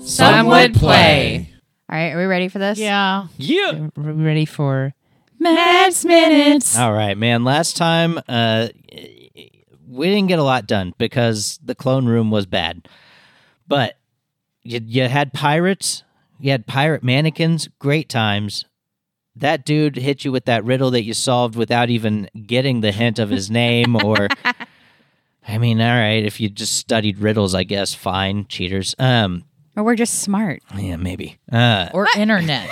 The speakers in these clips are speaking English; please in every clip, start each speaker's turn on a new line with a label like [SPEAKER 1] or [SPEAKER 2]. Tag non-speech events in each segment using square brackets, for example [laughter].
[SPEAKER 1] Some would play.
[SPEAKER 2] All right, are we ready for this?
[SPEAKER 3] Yeah.
[SPEAKER 1] Yeah.
[SPEAKER 2] Are we ready for Matt's Minutes?
[SPEAKER 1] All right, man. Last time, uh, we didn't get a lot done because the clone room was bad. But you, you had pirates, you had pirate mannequins, great times. That dude hit you with that riddle that you solved without even getting the hint of his name or. I mean, all right, if you just studied riddles, I guess, fine, cheaters. Um,
[SPEAKER 2] Or we're just smart.
[SPEAKER 1] yeah, maybe. Uh,
[SPEAKER 3] [laughs] Or internet.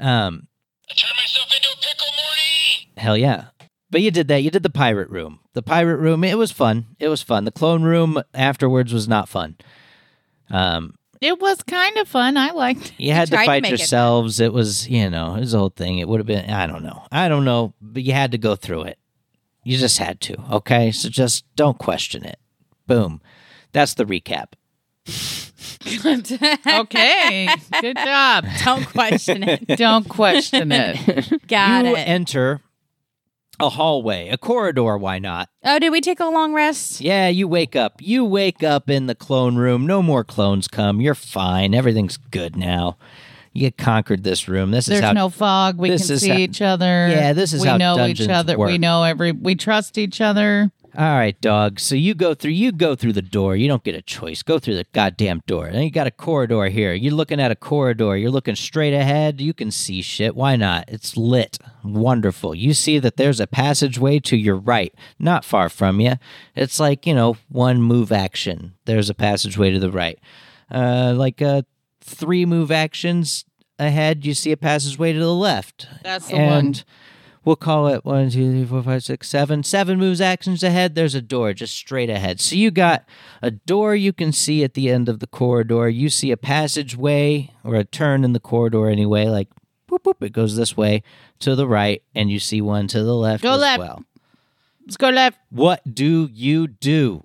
[SPEAKER 1] um,
[SPEAKER 4] I turned myself into a pickle, Morty!
[SPEAKER 1] Hell yeah. But you did that. You did the pirate room. The pirate room, it was fun. It was fun. The clone room afterwards was not fun. Um,
[SPEAKER 3] it was kind of fun. I liked it.
[SPEAKER 1] you had to
[SPEAKER 2] tried to
[SPEAKER 1] fight
[SPEAKER 2] make it fun.
[SPEAKER 1] yourselves. It, was, you know, it was the whole thing. It would have been, I don't know. I don't know, but you had to go through it. You just had to. Okay. So just don't question it. Boom. That's the recap.
[SPEAKER 3] Okay. Good job.
[SPEAKER 2] Don't question it.
[SPEAKER 3] Don't question it.
[SPEAKER 2] Got
[SPEAKER 1] you
[SPEAKER 2] it.
[SPEAKER 1] enter a hallway, a corridor. Why not?
[SPEAKER 2] oh, did we take a long rest?
[SPEAKER 1] Yeah, you wake up. You wake up in the clone room. No more clones come. You're fine. Everything's good now. You conquered this room. This is
[SPEAKER 3] There's
[SPEAKER 1] how
[SPEAKER 3] no fog. We can
[SPEAKER 1] this is
[SPEAKER 3] see
[SPEAKER 1] how-
[SPEAKER 3] each other.
[SPEAKER 1] Yeah, this is
[SPEAKER 3] we
[SPEAKER 1] how
[SPEAKER 3] know each
[SPEAKER 1] dungeons
[SPEAKER 3] other. We
[SPEAKER 1] work.
[SPEAKER 3] know every. We trust each other.
[SPEAKER 1] All right, dog. So you go through you go through the door. You don't get a choice. Go through the goddamn door. Then you got a corridor here. You're looking at a corridor. You're looking straight ahead. You can see shit. Why not? It's lit. Wonderful. You see that there's a passageway to your right, not far from you. It's like, you know, one move action. There's a passageway to the right. Uh like uh three move actions ahead, you see a passageway to the left.
[SPEAKER 3] That's the one.
[SPEAKER 1] and we'll call it one, two, three, four, five, six, seven. Seven moves actions ahead. There's a door just straight ahead. So you got a door you can see at the end of the corridor. You see a passageway or a turn in the corridor anyway, like boop boop. It goes this way to the right, and you see one to the left
[SPEAKER 3] Go
[SPEAKER 1] as
[SPEAKER 3] left.
[SPEAKER 1] well.
[SPEAKER 3] Let's go left.
[SPEAKER 1] What do you do?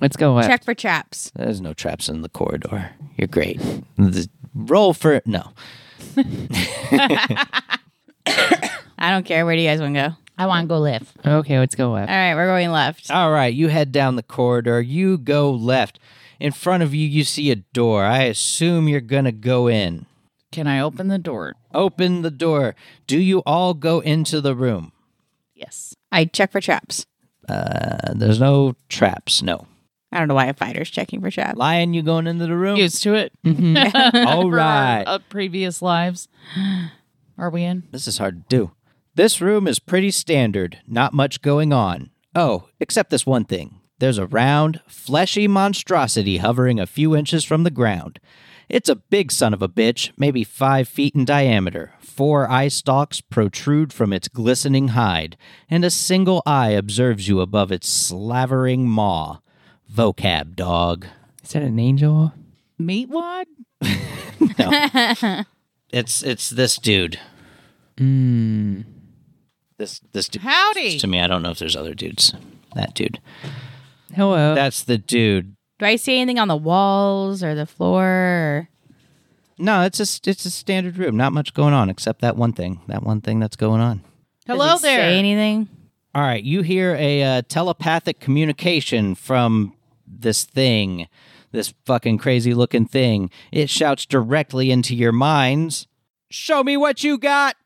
[SPEAKER 5] Let's go up.
[SPEAKER 2] [laughs] Check for traps.
[SPEAKER 1] There's no traps in the corridor. You're great. The- Roll for no.
[SPEAKER 2] I don't care. Where do you guys want to go?
[SPEAKER 3] I want to go left.
[SPEAKER 5] Okay, let's go up.
[SPEAKER 2] All right, we're going left.
[SPEAKER 1] All right, you head down the corridor. You go left. In front of you, you see a door. I assume you're going to go in.
[SPEAKER 3] Can I open the door?
[SPEAKER 1] Open the door. Do you all go into the room?
[SPEAKER 3] Yes.
[SPEAKER 2] I check for traps.
[SPEAKER 1] Uh, there's no traps, no.
[SPEAKER 2] I don't know why a fighter's checking for traps.
[SPEAKER 1] Lion, you going into the
[SPEAKER 3] [laughs]
[SPEAKER 1] room?
[SPEAKER 3] Used to it.
[SPEAKER 1] all
[SPEAKER 3] For our,
[SPEAKER 1] right.
[SPEAKER 3] uh, previous lives. Are we in?
[SPEAKER 1] This is hard to do. This room is pretty standard, not much going on. Oh, except this one thing. There's a round, fleshy monstrosity hovering a few inches from the ground. It's a big son of a bitch, maybe five feet in diameter. Four eye stalks protrude from its glistening hide, and a single eye observes you above its slavering maw. Vocab, dog.
[SPEAKER 5] Is that an angel?
[SPEAKER 3] Meat wad?
[SPEAKER 1] It's it's this dude.
[SPEAKER 5] Mm.
[SPEAKER 1] This this dude.
[SPEAKER 3] Howdy.
[SPEAKER 1] To me, I don't know if there's other dudes. That dude.
[SPEAKER 5] Hello.
[SPEAKER 1] That's the dude.
[SPEAKER 2] Do I see anything on the walls or the floor? Or...
[SPEAKER 1] No, it's a it's a standard room. Not much going on except that one thing. That one thing that's going on.
[SPEAKER 2] Does
[SPEAKER 3] Hello
[SPEAKER 2] it say
[SPEAKER 3] there.
[SPEAKER 2] anything?
[SPEAKER 1] All right, you hear a uh, telepathic communication from this thing, this fucking crazy looking thing. It shouts directly into your minds. Show me what you got.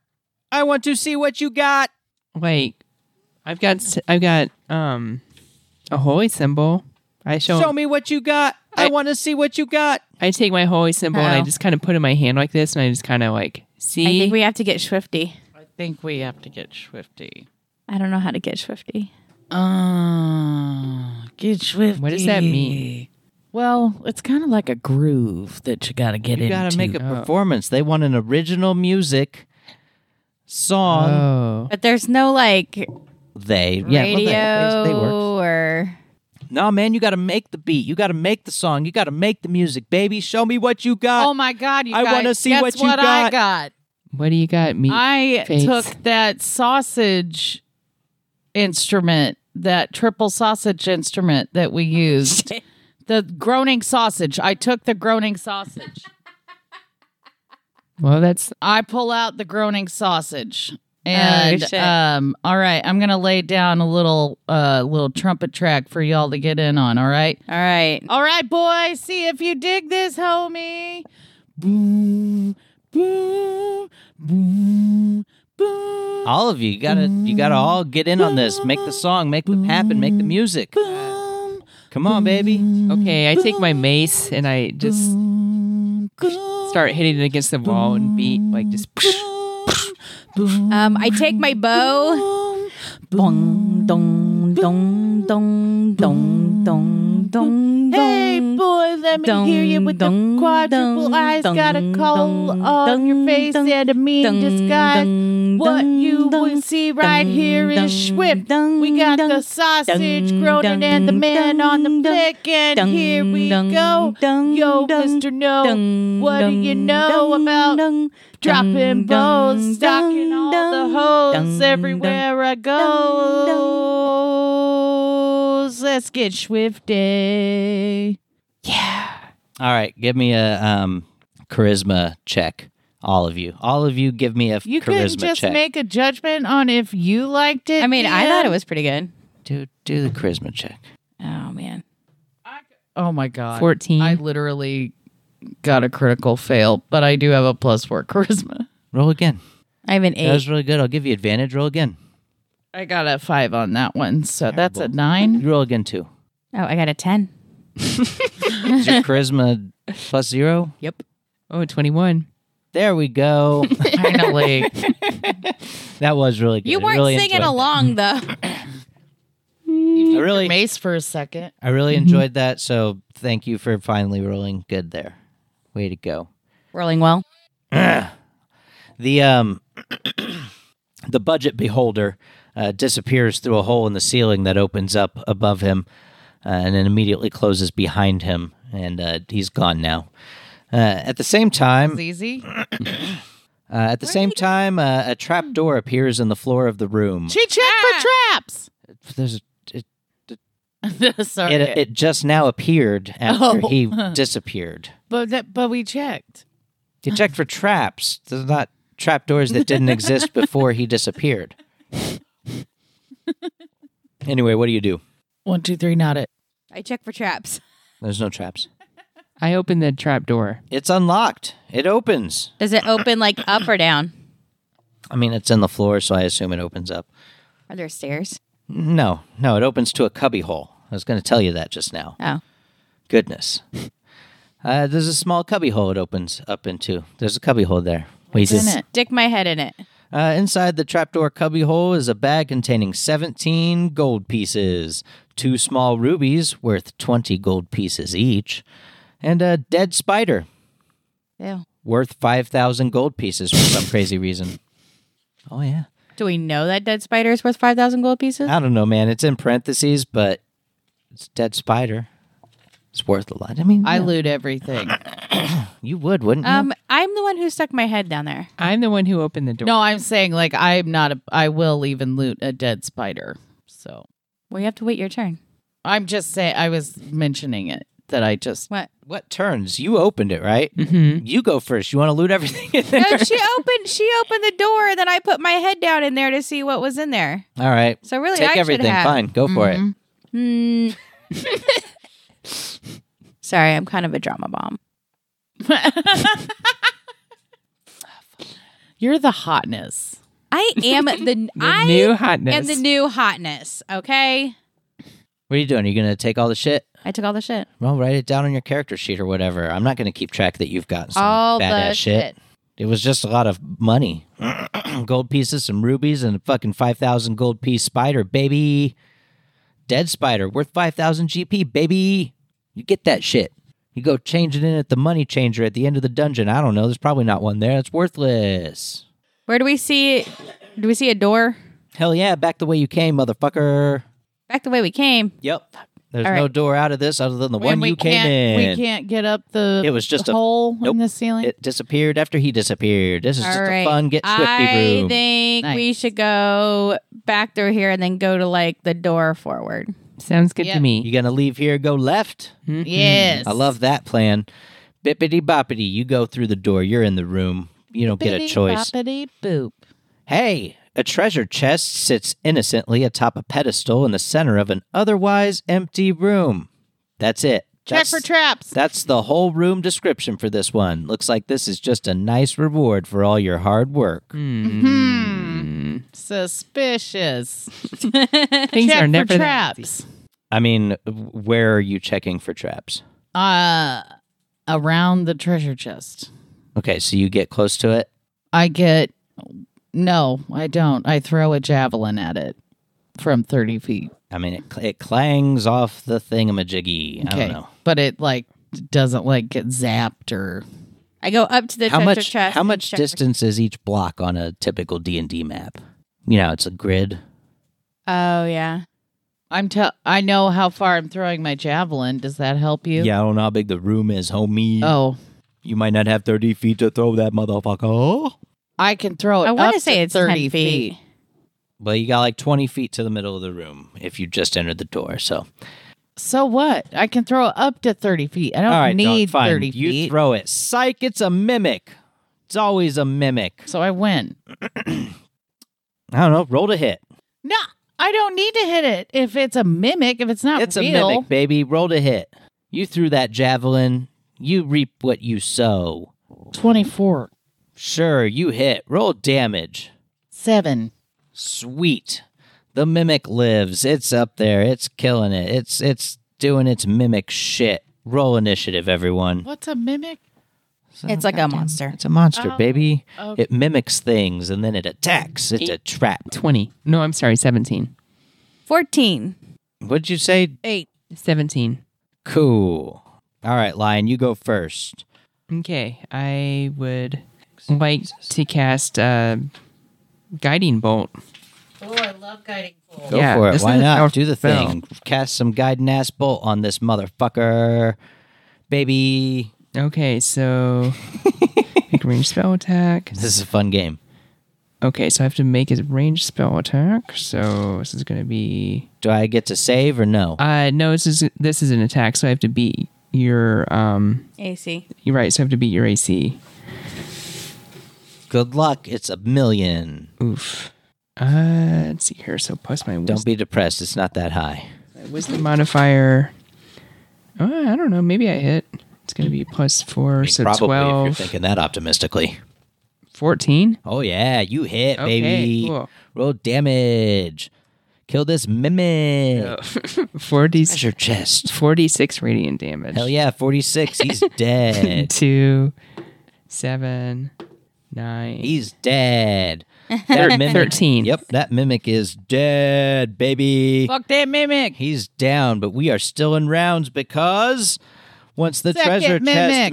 [SPEAKER 1] I want to see what you got.
[SPEAKER 5] Wait, I've got s- I've got um a holy symbol. I show,
[SPEAKER 1] Show me what you got. I,
[SPEAKER 5] I-
[SPEAKER 1] want to see what you got.
[SPEAKER 5] I take my holy symbol and I
[SPEAKER 2] Uh-oh.
[SPEAKER 5] just kind of put it in my hand like this, and I just kind of like see.
[SPEAKER 2] I think we have to get swifty.
[SPEAKER 3] I think we have to get swifty.
[SPEAKER 2] I don't know how to get swifty.
[SPEAKER 3] Oh, get swifty.
[SPEAKER 5] What does that mean?
[SPEAKER 3] Well, it's kind of like a groove that you got to get
[SPEAKER 1] You
[SPEAKER 3] into.
[SPEAKER 1] got to make a performance. They want an original music song.
[SPEAKER 5] oh,
[SPEAKER 2] But there's no like
[SPEAKER 1] They yeah, well,
[SPEAKER 2] radio
[SPEAKER 1] they- they, they work.
[SPEAKER 2] or
[SPEAKER 1] No, man, you got to make the beat. You got to make the song. You got to make the music, baby. Show me what you got.
[SPEAKER 3] Oh my God! You
[SPEAKER 1] I
[SPEAKER 3] guys,
[SPEAKER 1] wanna see
[SPEAKER 3] guess
[SPEAKER 1] what you
[SPEAKER 3] I
[SPEAKER 1] got.
[SPEAKER 3] got.
[SPEAKER 5] what do you got, me?
[SPEAKER 3] I
[SPEAKER 5] Face.
[SPEAKER 3] took that sausage instrument, that triple sausage instrument that we used, the groaning sausage. I took the groaning sausage.
[SPEAKER 5] well, that's
[SPEAKER 3] I pull out the groaning sausage.
[SPEAKER 6] Oh,
[SPEAKER 3] And
[SPEAKER 5] shit.
[SPEAKER 3] um, all right, I'm gonna lay down a little uh little trumpet track for y'all to get in on. All right,
[SPEAKER 6] All right.
[SPEAKER 3] all right, boys. See if you dig this, homie. Boom, boom, boom, boom.
[SPEAKER 1] All of you, you gotta you gotta all get in on this. Make the song, make it happen, make the music. Come on, baby.
[SPEAKER 5] Okay, I take my mace and I just start hitting it against the wall and beat like just.
[SPEAKER 6] Um, I take
[SPEAKER 2] [laughs]
[SPEAKER 6] my bow. Bong, dong, dong, dong, dong, dong, dong,
[SPEAKER 3] Hey
[SPEAKER 6] dong.
[SPEAKER 3] boy, let me hear you with
[SPEAKER 6] dun,
[SPEAKER 3] the quadruple
[SPEAKER 6] dun,
[SPEAKER 3] eyes.
[SPEAKER 6] dun,
[SPEAKER 3] Got a call
[SPEAKER 6] dun,
[SPEAKER 3] on your
[SPEAKER 6] dun,
[SPEAKER 3] face
[SPEAKER 6] dun,
[SPEAKER 3] and a mean
[SPEAKER 6] dun,
[SPEAKER 3] disguise.
[SPEAKER 6] dun,
[SPEAKER 3] What
[SPEAKER 6] dun,
[SPEAKER 3] you
[SPEAKER 6] dun,
[SPEAKER 3] would see right
[SPEAKER 6] dun,
[SPEAKER 3] here is
[SPEAKER 6] dun,
[SPEAKER 3] Schwip.
[SPEAKER 6] dun,
[SPEAKER 3] We got
[SPEAKER 6] dun,
[SPEAKER 3] the sausage
[SPEAKER 6] dun,
[SPEAKER 3] groaning and the
[SPEAKER 6] dun,
[SPEAKER 3] man
[SPEAKER 6] dun,
[SPEAKER 3] on the
[SPEAKER 6] dun,
[SPEAKER 3] flick, and
[SPEAKER 6] dun,
[SPEAKER 3] here we
[SPEAKER 6] dun,
[SPEAKER 3] go.
[SPEAKER 6] dun,
[SPEAKER 3] Yo,
[SPEAKER 6] dun,
[SPEAKER 3] Mr. No,
[SPEAKER 6] Dun,
[SPEAKER 3] what do you
[SPEAKER 6] dun,
[SPEAKER 3] know
[SPEAKER 6] dun,
[SPEAKER 3] about
[SPEAKER 6] dun,
[SPEAKER 3] dropping
[SPEAKER 6] dun, dun,
[SPEAKER 3] bones, stocking all
[SPEAKER 6] dun,
[SPEAKER 3] the hoes
[SPEAKER 6] dun, dun.
[SPEAKER 3] everywhere I go. Let's get swifty.
[SPEAKER 1] All right, give me a um charisma check. All of you. All of you give me a
[SPEAKER 3] You couldn't
[SPEAKER 1] charisma
[SPEAKER 3] just
[SPEAKER 1] check.
[SPEAKER 3] make a judgment on if you liked it.
[SPEAKER 6] I mean, I
[SPEAKER 3] Ian?
[SPEAKER 6] thought it was pretty good.
[SPEAKER 1] do do the charisma check.
[SPEAKER 6] Oh man.
[SPEAKER 3] Oh my god,
[SPEAKER 5] 14.
[SPEAKER 1] Mm-hmm.
[SPEAKER 3] I literally got a critical fail, but I do have a plus four [laughs] charisma.
[SPEAKER 1] Roll again.
[SPEAKER 6] I have an
[SPEAKER 1] That
[SPEAKER 6] eight.
[SPEAKER 1] was really good. I'll give you advantage. Roll again.
[SPEAKER 3] I got a five on that one, so that's a
[SPEAKER 1] [laughs]
[SPEAKER 3] nine.
[SPEAKER 1] You roll again too.
[SPEAKER 6] Oh, I got a ten.
[SPEAKER 1] Is
[SPEAKER 6] [laughs]
[SPEAKER 1] your charisma plus zero?
[SPEAKER 6] Yep.
[SPEAKER 5] Oh, 21.
[SPEAKER 1] There we go.
[SPEAKER 6] [laughs]
[SPEAKER 3] Finally,
[SPEAKER 1] [laughs] that was really good.
[SPEAKER 6] You
[SPEAKER 1] I
[SPEAKER 6] weren't
[SPEAKER 1] really
[SPEAKER 6] singing
[SPEAKER 1] enjoyed that.
[SPEAKER 2] [laughs]
[SPEAKER 6] along though.
[SPEAKER 1] I really
[SPEAKER 3] Mace for a second.
[SPEAKER 1] I really
[SPEAKER 6] Mm-hmm.
[SPEAKER 1] enjoyed that. So thank you for finally rolling good there. Way to go.
[SPEAKER 6] Rolling well.
[SPEAKER 1] The um [clears throat] the budget beholder uh, disappears through a hole in the ceiling that opens up above him, uh, and then immediately closes behind him, and uh, he's gone now. Uh, at the same time, [clears throat]
[SPEAKER 3] Easy.
[SPEAKER 1] uh, at the same time, uh, a trap door appears in the floor of the room.
[SPEAKER 3] Hmm. She checked
[SPEAKER 1] Ah! There's a, it,
[SPEAKER 3] for traps. [laughs] Sorry,
[SPEAKER 1] it, it just now appeared after
[SPEAKER 3] Oh. [laughs]
[SPEAKER 1] he disappeared.
[SPEAKER 3] but that, but we checked.
[SPEAKER 1] You checked for traps. There's not trap doors that
[SPEAKER 3] [laughs]
[SPEAKER 1] didn't exist before he disappeared. anyway, what do you do?
[SPEAKER 3] One, two, three, not it.
[SPEAKER 6] I check for traps.
[SPEAKER 1] There's no traps.
[SPEAKER 5] I open the trap door.
[SPEAKER 1] It's unlocked. It opens.
[SPEAKER 6] Does it open like up or down?
[SPEAKER 1] I mean, it's in the floor, so I assume it opens up.
[SPEAKER 6] Are there stairs?
[SPEAKER 1] No, no, it opens to a cubbyhole. I was going to tell you that just now.
[SPEAKER 6] Oh.
[SPEAKER 1] Goodness. Uh, there's a small cubbyhole it opens up into. There's a cubbyhole there. Wait,
[SPEAKER 3] in it?
[SPEAKER 6] Stick my head in it.
[SPEAKER 1] Uh, inside the trapdoor cubbyhole is a bag containing 17 gold pieces, two small rubies worth 20 gold pieces each, and a dead spider
[SPEAKER 6] Ew.
[SPEAKER 1] worth 5,000 gold pieces for some crazy reason. Oh, yeah.
[SPEAKER 6] Do we know that dead spider is worth five thousand gold pieces?
[SPEAKER 1] I don't know, man. It's in parentheses, but it's dead spider. It's worth a lot. I mean,
[SPEAKER 3] I
[SPEAKER 1] yeah,
[SPEAKER 3] loot
[SPEAKER 1] [laughs]
[SPEAKER 3] everything.
[SPEAKER 1] you would, wouldn't you?
[SPEAKER 6] Um, I'm the one who stuck my head down there.
[SPEAKER 1] Uh.
[SPEAKER 5] I'm the one who opened the door.
[SPEAKER 3] No, I'm saying like I'm not. A, I will even loot a dead spider. So
[SPEAKER 6] Well, you have to wait your
[SPEAKER 1] [laughs]
[SPEAKER 6] turn.
[SPEAKER 3] I'm just saying. I was mentioning it that I just
[SPEAKER 6] What?
[SPEAKER 1] what turns? You opened it, right?
[SPEAKER 5] Mm-hmm.
[SPEAKER 1] You go first. You want to loot everything in there?
[SPEAKER 6] No, she opened. She opened the door, and then I put my head down in there to see what was in there.
[SPEAKER 1] [laughs] All right.
[SPEAKER 6] So really, I Mm-hmm.
[SPEAKER 1] Take
[SPEAKER 6] should
[SPEAKER 1] everything.
[SPEAKER 6] have.
[SPEAKER 1] Fine. Go for it.
[SPEAKER 6] Hmm. [laughs] Sorry, I'm kind of a drama bomb.
[SPEAKER 3] you're the hotness.
[SPEAKER 6] I
[SPEAKER 1] [laughs]
[SPEAKER 6] am the,
[SPEAKER 5] The
[SPEAKER 6] I
[SPEAKER 5] new hotness.
[SPEAKER 6] am the new hotness. Okay,
[SPEAKER 1] What are you doing? Are you going to take all the shit?
[SPEAKER 6] I took all the shit.
[SPEAKER 1] Well, write it down on your character sheet or whatever. I'm not going to keep track that you've gotten some
[SPEAKER 6] all
[SPEAKER 1] badass
[SPEAKER 6] the
[SPEAKER 1] shit.
[SPEAKER 6] shit.
[SPEAKER 1] It was just a lot of money, [clears throat] gold pieces, some rubies, and a fucking five thousand gold piece spider, baby. Dead spider worth five thousand GP, baby. You get that shit. You go change it in at the money changer at the end of the dungeon. I don't know. There's probably not one there. It's worthless.
[SPEAKER 6] Where do we see? Do we see a door?
[SPEAKER 1] Hell yeah, back the way you came, motherfucker.
[SPEAKER 6] Back the way we came.
[SPEAKER 1] Yep. There's
[SPEAKER 6] All
[SPEAKER 1] no
[SPEAKER 6] right.
[SPEAKER 1] door out of this other than the one
[SPEAKER 3] and we
[SPEAKER 1] you came
[SPEAKER 3] can't.
[SPEAKER 1] in.
[SPEAKER 3] We can't get up the.
[SPEAKER 1] It was just a-
[SPEAKER 3] hole
[SPEAKER 1] nope.
[SPEAKER 3] in the ceiling.
[SPEAKER 1] It disappeared after he disappeared. This is
[SPEAKER 6] All
[SPEAKER 1] just
[SPEAKER 6] right.
[SPEAKER 1] a fun get swifty
[SPEAKER 6] I
[SPEAKER 1] room.
[SPEAKER 6] think we
[SPEAKER 3] Nice.
[SPEAKER 6] should go back through here and then go to like the door forward.
[SPEAKER 5] Sounds good
[SPEAKER 3] Yeah.
[SPEAKER 5] to me.
[SPEAKER 1] you gonna leave here, go left.
[SPEAKER 3] yes,
[SPEAKER 1] I love that plan. Bippity boppity, you go through the door. You're in the room. You don't get a choice.
[SPEAKER 3] Bippity boppity boop.
[SPEAKER 1] Hey, A treasure chest sits innocently atop a pedestal in the center of an otherwise empty room. That's it.
[SPEAKER 3] Check
[SPEAKER 1] That's,
[SPEAKER 3] for traps.
[SPEAKER 1] that's the whole room description for this one. Looks like this is just a nice reward for all your hard work.
[SPEAKER 3] Hmm. Suspicious.
[SPEAKER 5] Things
[SPEAKER 3] Check
[SPEAKER 5] are
[SPEAKER 3] for
[SPEAKER 5] never that easy.
[SPEAKER 3] traps.
[SPEAKER 1] I mean, w- where are you checking for traps?
[SPEAKER 3] Uh, around the treasure chest.
[SPEAKER 1] Okay, so you get close to it.
[SPEAKER 3] I get no, I don't. I throw a javelin at it from thirty feet.
[SPEAKER 1] I mean, it, cl- it clangs off the thingamajiggy. I
[SPEAKER 3] Okay,
[SPEAKER 1] don't know.
[SPEAKER 3] but it like doesn't like get zapped or
[SPEAKER 6] I go up to the
[SPEAKER 1] how
[SPEAKER 6] treasure
[SPEAKER 1] much
[SPEAKER 6] chest.
[SPEAKER 1] how
[SPEAKER 6] and
[SPEAKER 1] much
[SPEAKER 6] check for-
[SPEAKER 1] distance is each block on a typical D&D map? You know, it's a grid.
[SPEAKER 6] Oh yeah.
[SPEAKER 3] I'm tell. I know how far I'm throwing my javelin. Does that help you?
[SPEAKER 1] Yeah, I don't know how big the room is, homie.
[SPEAKER 3] Oh,
[SPEAKER 1] You might not have 30 feet to throw that motherfucker.
[SPEAKER 3] I can throw
[SPEAKER 1] Oh,
[SPEAKER 3] it.
[SPEAKER 6] I
[SPEAKER 3] want to
[SPEAKER 6] say it's 10
[SPEAKER 3] thirty
[SPEAKER 6] feet.
[SPEAKER 1] But you got like 20 feet to the middle of the room if you just entered the door. So,
[SPEAKER 3] So what? I can throw it up to thirty feet. I don't
[SPEAKER 1] all right, Dawn,
[SPEAKER 3] need
[SPEAKER 1] fine.
[SPEAKER 3] thirty
[SPEAKER 1] you
[SPEAKER 3] feet.
[SPEAKER 1] throw it. Psych, it's a mimic. It's always a mimic.
[SPEAKER 3] so I win.
[SPEAKER 1] I don't know. Roll to hit.
[SPEAKER 3] No, I don't need to hit it if it's a mimic. If it's not
[SPEAKER 1] It's
[SPEAKER 3] real,
[SPEAKER 1] a mimic, baby. Roll to hit. You threw that javelin. You reap what you sow.
[SPEAKER 3] twenty four
[SPEAKER 1] Sure, you hit. Roll damage.
[SPEAKER 3] seven.
[SPEAKER 1] Sweet. The mimic lives. It's up there. It's killing it. It's it's doing its mimic shit. Roll initiative, everyone.
[SPEAKER 3] What's a mimic?
[SPEAKER 6] It's like a monster.
[SPEAKER 1] It's a monster,
[SPEAKER 3] Oh,
[SPEAKER 1] baby. It mimics things and then it attacks. It's a trap.
[SPEAKER 5] 20. No, I'm sorry, 17.
[SPEAKER 6] 14.
[SPEAKER 1] What'd you say?
[SPEAKER 5] 17.
[SPEAKER 1] Cool. All right, Lion, you go first.
[SPEAKER 5] Okay, I would like to cast uh, Guiding Bolt.
[SPEAKER 3] Oh, I love guiding bolt.
[SPEAKER 1] Go
[SPEAKER 5] Yeah,
[SPEAKER 1] for it.
[SPEAKER 5] isn't
[SPEAKER 1] Why
[SPEAKER 5] it
[SPEAKER 1] not?
[SPEAKER 5] powerful
[SPEAKER 1] Do the
[SPEAKER 5] spell?
[SPEAKER 1] thing. Cast some guiding ass bolt on this motherfucker, baby.
[SPEAKER 5] Okay,
[SPEAKER 1] [laughs]
[SPEAKER 5] so make a range spell attack.
[SPEAKER 1] This is a fun game.
[SPEAKER 5] Okay, so I have to make a range spell attack. So this is going to be
[SPEAKER 1] Do I get to save or no?
[SPEAKER 5] uh no, this is this is an attack, so I have to beat your um
[SPEAKER 6] AC.
[SPEAKER 5] you're right, so I have to beat your AC.
[SPEAKER 1] Good luck. It's a million.
[SPEAKER 5] Oof. Uh let's see here. So plus my
[SPEAKER 1] Don't
[SPEAKER 5] wisdom,
[SPEAKER 1] be depressed. It's not that high.
[SPEAKER 5] wisdom modifier. Uh, I don't know, maybe I hit. It's going to be plus 4 so
[SPEAKER 1] Probably if
[SPEAKER 5] 12.
[SPEAKER 1] you're thinking that optimistically.
[SPEAKER 5] 14?
[SPEAKER 1] Oh yeah, you hit,
[SPEAKER 5] Okay,
[SPEAKER 1] baby.
[SPEAKER 5] cool.
[SPEAKER 1] Roll damage. Kill this mimic.
[SPEAKER 5] 40
[SPEAKER 1] That's your chest.
[SPEAKER 5] 46 radiant damage.
[SPEAKER 1] Hell yeah, 46. [laughs] He's dead.
[SPEAKER 5] Two, seven, nine.
[SPEAKER 1] He's dead.
[SPEAKER 3] [laughs]
[SPEAKER 1] That mimic,
[SPEAKER 5] 13.
[SPEAKER 1] Yep, that mimic is dead, baby.
[SPEAKER 3] Fuck that mimic.
[SPEAKER 1] He's down, but we are still in rounds because once the
[SPEAKER 3] Second
[SPEAKER 1] treasure chest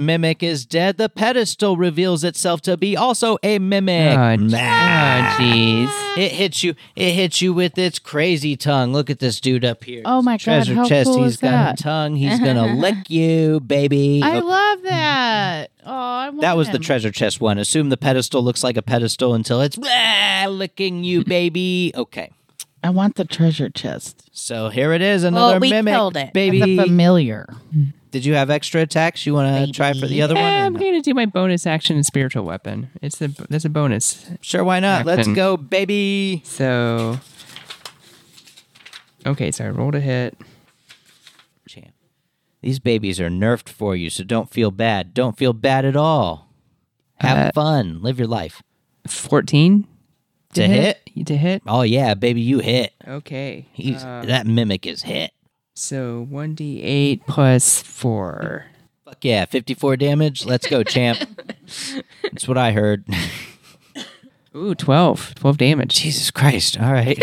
[SPEAKER 3] mimic.
[SPEAKER 1] mimic is dead, the pedestal reveals itself to be also a mimic.
[SPEAKER 5] Oh, j-
[SPEAKER 1] Nah.
[SPEAKER 5] oh, jeez.
[SPEAKER 1] It hits you. It hits you with its crazy tongue. Look at this dude up here.
[SPEAKER 3] Oh
[SPEAKER 1] It's
[SPEAKER 3] my
[SPEAKER 1] a
[SPEAKER 3] God,
[SPEAKER 1] treasure
[SPEAKER 3] how
[SPEAKER 1] chest.
[SPEAKER 3] cool
[SPEAKER 1] He's
[SPEAKER 3] is
[SPEAKER 1] got
[SPEAKER 3] that?
[SPEAKER 1] a tongue.
[SPEAKER 3] [laughs]
[SPEAKER 1] He's gonna lick you, baby.
[SPEAKER 3] I
[SPEAKER 1] Okay,
[SPEAKER 3] love that. Oh, I want
[SPEAKER 1] that was the
[SPEAKER 3] him.
[SPEAKER 1] treasure chest one. Assume the pedestal looks like a pedestal until it's "Wah," licking you,
[SPEAKER 6] [laughs]
[SPEAKER 1] baby. Okay.
[SPEAKER 3] I want the treasure chest.
[SPEAKER 1] So here it is, another
[SPEAKER 6] Well, we
[SPEAKER 1] mimic,
[SPEAKER 6] killed it.
[SPEAKER 3] The
[SPEAKER 1] baby.
[SPEAKER 3] familiar.
[SPEAKER 1] Did you have extra attacks? You want to try for the other one? or
[SPEAKER 5] I'm
[SPEAKER 1] no?
[SPEAKER 5] gonna do my bonus action and spiritual weapon. It's a that's a bonus.
[SPEAKER 1] Sure, why not? Let's
[SPEAKER 5] Action.
[SPEAKER 1] go, baby.
[SPEAKER 5] So, okay, so I rolled a hit.
[SPEAKER 1] Champ. These babies are nerfed for you, so don't feel bad. Don't feel bad at all. Have
[SPEAKER 5] Uh,
[SPEAKER 1] fun. Live your life.
[SPEAKER 5] Fourteen
[SPEAKER 1] To hit?
[SPEAKER 5] to hit.
[SPEAKER 1] Oh yeah, baby, you hit.
[SPEAKER 5] Okay,
[SPEAKER 1] He's
[SPEAKER 5] uh,
[SPEAKER 1] that mimic is hit.
[SPEAKER 5] so one d eight plus four.
[SPEAKER 1] Fuck yeah, fifty-four damage. Let's go, champ. That's what I heard. [laughs]
[SPEAKER 5] Ooh, 12. 12 damage.
[SPEAKER 1] Jesus Christ!
[SPEAKER 3] [laughs]
[SPEAKER 1] All right.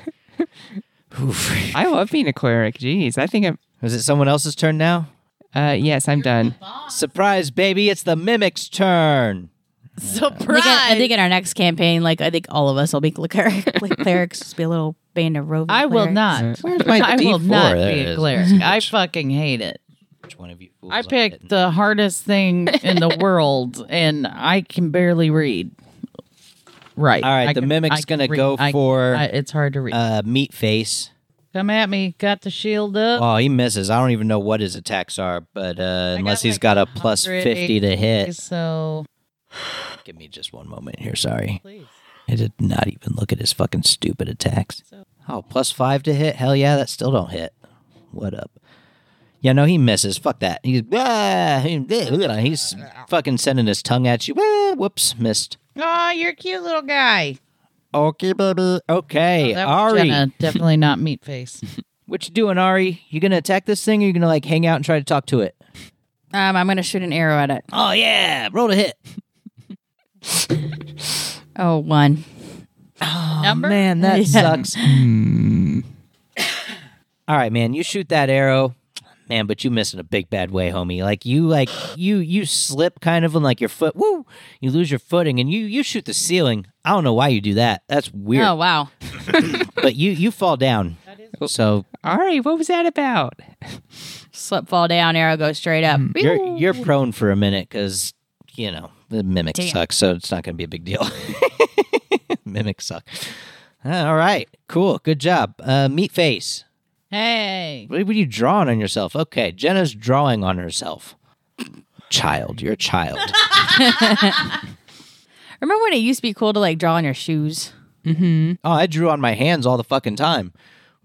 [SPEAKER 1] [laughs] Oof.
[SPEAKER 5] I love being a cleric. Jeez, I think I'm.
[SPEAKER 1] Was it someone else's turn now?
[SPEAKER 5] Uh, yes, I'm done.
[SPEAKER 1] Surprise, baby! It's the mimic's turn.
[SPEAKER 6] I think, I, think in our next campaign, like I think all of us will be [laughs] cleric, like clerics, just be a little band of roving.
[SPEAKER 3] I will
[SPEAKER 6] clerics.
[SPEAKER 5] Uh,
[SPEAKER 3] not.
[SPEAKER 5] [laughs]
[SPEAKER 1] Where's my
[SPEAKER 3] I will
[SPEAKER 1] D4?
[SPEAKER 3] not
[SPEAKER 1] There
[SPEAKER 3] be
[SPEAKER 1] it
[SPEAKER 3] a
[SPEAKER 1] is.
[SPEAKER 3] cleric. I fucking hate it.
[SPEAKER 1] Which one of you? fools
[SPEAKER 3] I
[SPEAKER 1] I'm
[SPEAKER 3] picked
[SPEAKER 1] hitting?
[SPEAKER 3] the hardest thing in
[SPEAKER 1] [laughs]
[SPEAKER 3] the world, and I can barely read. Right.
[SPEAKER 1] All right,
[SPEAKER 3] I
[SPEAKER 1] the
[SPEAKER 3] can-
[SPEAKER 1] mimic's
[SPEAKER 3] I can
[SPEAKER 1] gonna
[SPEAKER 3] read.
[SPEAKER 1] go
[SPEAKER 3] I-
[SPEAKER 1] for,
[SPEAKER 3] I- it's hard to read.
[SPEAKER 1] uh, meat face.
[SPEAKER 3] Come at me. Got the shield up.
[SPEAKER 1] Oh, he misses. I don't even know what his attacks are, but uh, unless he's
[SPEAKER 3] like
[SPEAKER 1] got a plus
[SPEAKER 3] 180.
[SPEAKER 1] fifty to hit.
[SPEAKER 3] so
[SPEAKER 1] Give me just one moment here. Sorry.
[SPEAKER 3] please.
[SPEAKER 1] I did not even look at his fucking stupid attacks. Oh, plus five to hit? Hell yeah, that still don't hit. What up? Yeah, no, he misses. Fuck that. He's ah, he- he's fucking sending his tongue at you. Ah, whoops, missed.
[SPEAKER 2] Oh, you're a cute little guy.
[SPEAKER 1] Okay, baby. Okay,
[SPEAKER 3] That was
[SPEAKER 1] Ari.
[SPEAKER 3] Jenna, definitely not meat
[SPEAKER 1] [laughs]
[SPEAKER 3] face.
[SPEAKER 1] What you doing, Ari? You gonna attack this thing, or you gonna like hang out and try to talk to it?
[SPEAKER 6] Um, I'm gonna shoot an arrow at it.
[SPEAKER 1] Oh yeah, roll to hit.
[SPEAKER 6] Oh, one.
[SPEAKER 3] Number?
[SPEAKER 1] Man, that sucks. Mm. [coughs] All right, man, you shoot that arrow. Man, but you miss in a big bad way, homie. Like you like you you slip kind of on like your foot. Woo! You lose your footing and you you shoot the ceiling. I don't know why you do that. That's weird.
[SPEAKER 6] Oh wow.
[SPEAKER 1] But you you fall down. So
[SPEAKER 5] Ari, what was that about?
[SPEAKER 6] Slip, fall down, arrow goes straight up.
[SPEAKER 1] you're you're prone for a minute because you know the mimic sucks, so it's not going to be a big deal. [laughs] mimic suck. All right, cool, good job. Uh, meat face.
[SPEAKER 3] Hey.
[SPEAKER 1] What were you drawing on yourself? Okay, Jenna's drawing on herself. Child, you're
[SPEAKER 3] [laughs]
[SPEAKER 1] a child.
[SPEAKER 6] Remember when it used to be cool to like draw on your shoes?
[SPEAKER 1] oh, I drew on my hands all the fucking time.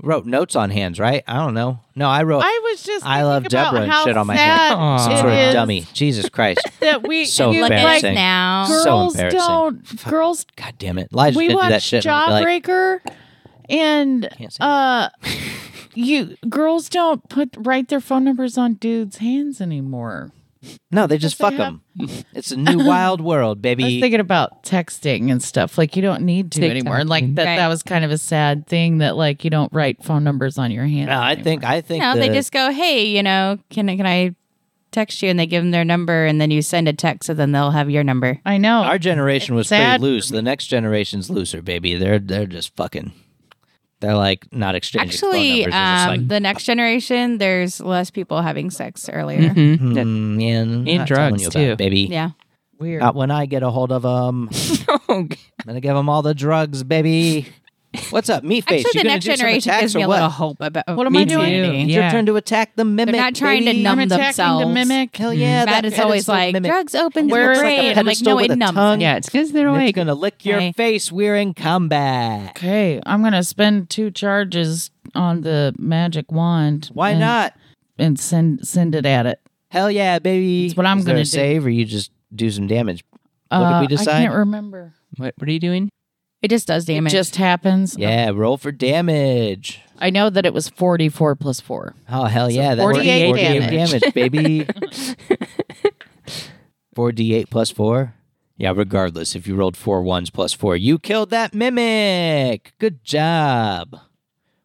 [SPEAKER 1] Wrote notes on hands, right? I don't know. No, I wrote. I,
[SPEAKER 3] I was just.
[SPEAKER 1] love
[SPEAKER 3] thinking about
[SPEAKER 1] Deborah and
[SPEAKER 3] how
[SPEAKER 1] shit on my
[SPEAKER 3] sad
[SPEAKER 1] hand.
[SPEAKER 5] Aw.
[SPEAKER 1] Some
[SPEAKER 3] it
[SPEAKER 1] sort of
[SPEAKER 3] is
[SPEAKER 1] dummy. Jesus
[SPEAKER 3] [laughs]
[SPEAKER 1] Christ.
[SPEAKER 3] That we
[SPEAKER 1] So
[SPEAKER 3] you,
[SPEAKER 6] Look at us
[SPEAKER 1] embarrassing.
[SPEAKER 3] like
[SPEAKER 6] now.
[SPEAKER 1] So
[SPEAKER 3] girls
[SPEAKER 1] embarrassing.
[SPEAKER 3] don't
[SPEAKER 1] [laughs]
[SPEAKER 3] girls.
[SPEAKER 1] God damn it. Elijah's
[SPEAKER 3] We
[SPEAKER 1] gonna do that
[SPEAKER 3] watched
[SPEAKER 1] shit. and be like,
[SPEAKER 3] Jawbreaker, and
[SPEAKER 1] Can't say
[SPEAKER 3] uh, you girls don't put write their phone numbers on dudes' hands anymore.
[SPEAKER 1] No, they just
[SPEAKER 3] Yes,
[SPEAKER 1] fuck
[SPEAKER 3] they
[SPEAKER 1] them. It's a new wild
[SPEAKER 3] [laughs] I
[SPEAKER 1] world,
[SPEAKER 3] was
[SPEAKER 1] baby.
[SPEAKER 3] thinking about texting and stuff. Like you don't need to
[SPEAKER 5] TikTok.
[SPEAKER 3] anymore. And like that,
[SPEAKER 6] Right.
[SPEAKER 3] that was kind of a sad thing that like you don't write phone numbers on your hands.
[SPEAKER 1] no, Uh, I think I think
[SPEAKER 6] No,
[SPEAKER 1] the,
[SPEAKER 6] they just go, hey, you know, can I- can I text you? And they give them their number, and then you send a text, and then they'll have your number.
[SPEAKER 3] I know.
[SPEAKER 1] our generation was
[SPEAKER 3] It's sad
[SPEAKER 1] pretty
[SPEAKER 3] for
[SPEAKER 1] loose. The next generation's looser, baby. They're they're just fucking. They're like not exchanging
[SPEAKER 6] Actually,
[SPEAKER 1] phone numbers. They're
[SPEAKER 6] um, the next generation, there's less people having sex earlier.
[SPEAKER 1] just like, mm, yeah, not telling
[SPEAKER 5] drugs,
[SPEAKER 1] you about
[SPEAKER 5] too.
[SPEAKER 1] it, baby.
[SPEAKER 6] Yeah.
[SPEAKER 3] Weird.
[SPEAKER 1] Not when I get a hold of
[SPEAKER 6] [laughs]
[SPEAKER 1] them. I'm gonna give them all the drugs, baby. What's up, me face?
[SPEAKER 6] Actually,
[SPEAKER 1] you
[SPEAKER 6] the
[SPEAKER 1] gonna
[SPEAKER 6] next
[SPEAKER 1] do some
[SPEAKER 6] generation
[SPEAKER 1] attacks
[SPEAKER 6] gives
[SPEAKER 1] or
[SPEAKER 6] me a
[SPEAKER 1] what?
[SPEAKER 6] little hope about
[SPEAKER 3] What am I
[SPEAKER 5] Me
[SPEAKER 3] doing?
[SPEAKER 5] too.
[SPEAKER 1] It's your
[SPEAKER 5] Yeah.
[SPEAKER 1] turn to attack the mimic.
[SPEAKER 6] They're not trying
[SPEAKER 1] baby. Mm-hmm.
[SPEAKER 6] to
[SPEAKER 3] I'm
[SPEAKER 6] numb
[SPEAKER 3] attacking
[SPEAKER 6] themselves.
[SPEAKER 3] the mimic.
[SPEAKER 1] Hell yeah! that
[SPEAKER 6] Matt is
[SPEAKER 1] pedestal
[SPEAKER 6] always like,
[SPEAKER 1] mimic.
[SPEAKER 6] drugs opens the
[SPEAKER 1] It looks like a
[SPEAKER 6] brain. I'm like,
[SPEAKER 1] pedestal
[SPEAKER 6] no,
[SPEAKER 1] with
[SPEAKER 6] it
[SPEAKER 1] a
[SPEAKER 6] numbs.
[SPEAKER 1] tongue.
[SPEAKER 6] it.
[SPEAKER 5] Yeah, it's because they're
[SPEAKER 1] It's
[SPEAKER 5] like,
[SPEAKER 1] gonna lick your
[SPEAKER 6] Hey.
[SPEAKER 1] face. We're in combat.
[SPEAKER 3] Okay, I'm gonna spend two charges on the magic wand.
[SPEAKER 1] Why
[SPEAKER 6] Mm.
[SPEAKER 3] and-
[SPEAKER 1] not?
[SPEAKER 3] And send send it at it.
[SPEAKER 1] Hell yeah, baby!
[SPEAKER 3] That's what I'm
[SPEAKER 1] Is there a
[SPEAKER 3] gonna do.
[SPEAKER 1] save, or you just do some damage. What did
[SPEAKER 3] Uh,
[SPEAKER 1] we decide?
[SPEAKER 3] I can't remember.
[SPEAKER 5] what, what are you doing?
[SPEAKER 6] It just does
[SPEAKER 3] It
[SPEAKER 6] damage.
[SPEAKER 3] just happens.
[SPEAKER 1] Yeah, roll for damage.
[SPEAKER 3] I know that it was 44 plus four.
[SPEAKER 1] Oh hell yeah! That's
[SPEAKER 3] 48
[SPEAKER 1] damage,
[SPEAKER 3] damage.
[SPEAKER 1] baby. Four d eight plus four. Yeah, regardless, if you rolled four ones plus four, you killed that mimic. Good job.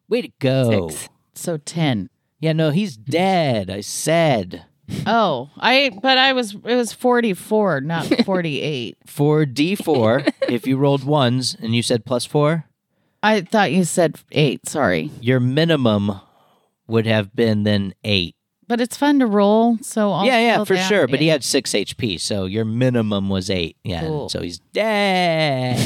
[SPEAKER 1] Way to go.
[SPEAKER 5] Six.
[SPEAKER 3] So 10.
[SPEAKER 1] Yeah, no, he's dead. I said
[SPEAKER 3] Oh, I but I was it was 44, not 48.
[SPEAKER 1] four d four. if you rolled ones and you said plus four,
[SPEAKER 3] I thought you said 8, sorry.
[SPEAKER 1] your minimum would have been then eight.
[SPEAKER 3] But it's fun to roll, so I'll
[SPEAKER 1] yeah, yeah,
[SPEAKER 3] fill
[SPEAKER 1] for
[SPEAKER 3] that
[SPEAKER 1] sure. But he
[SPEAKER 3] in.
[SPEAKER 1] had six HP, so your minimum was eight. Yeah, and
[SPEAKER 3] Cool.
[SPEAKER 1] so he's dead.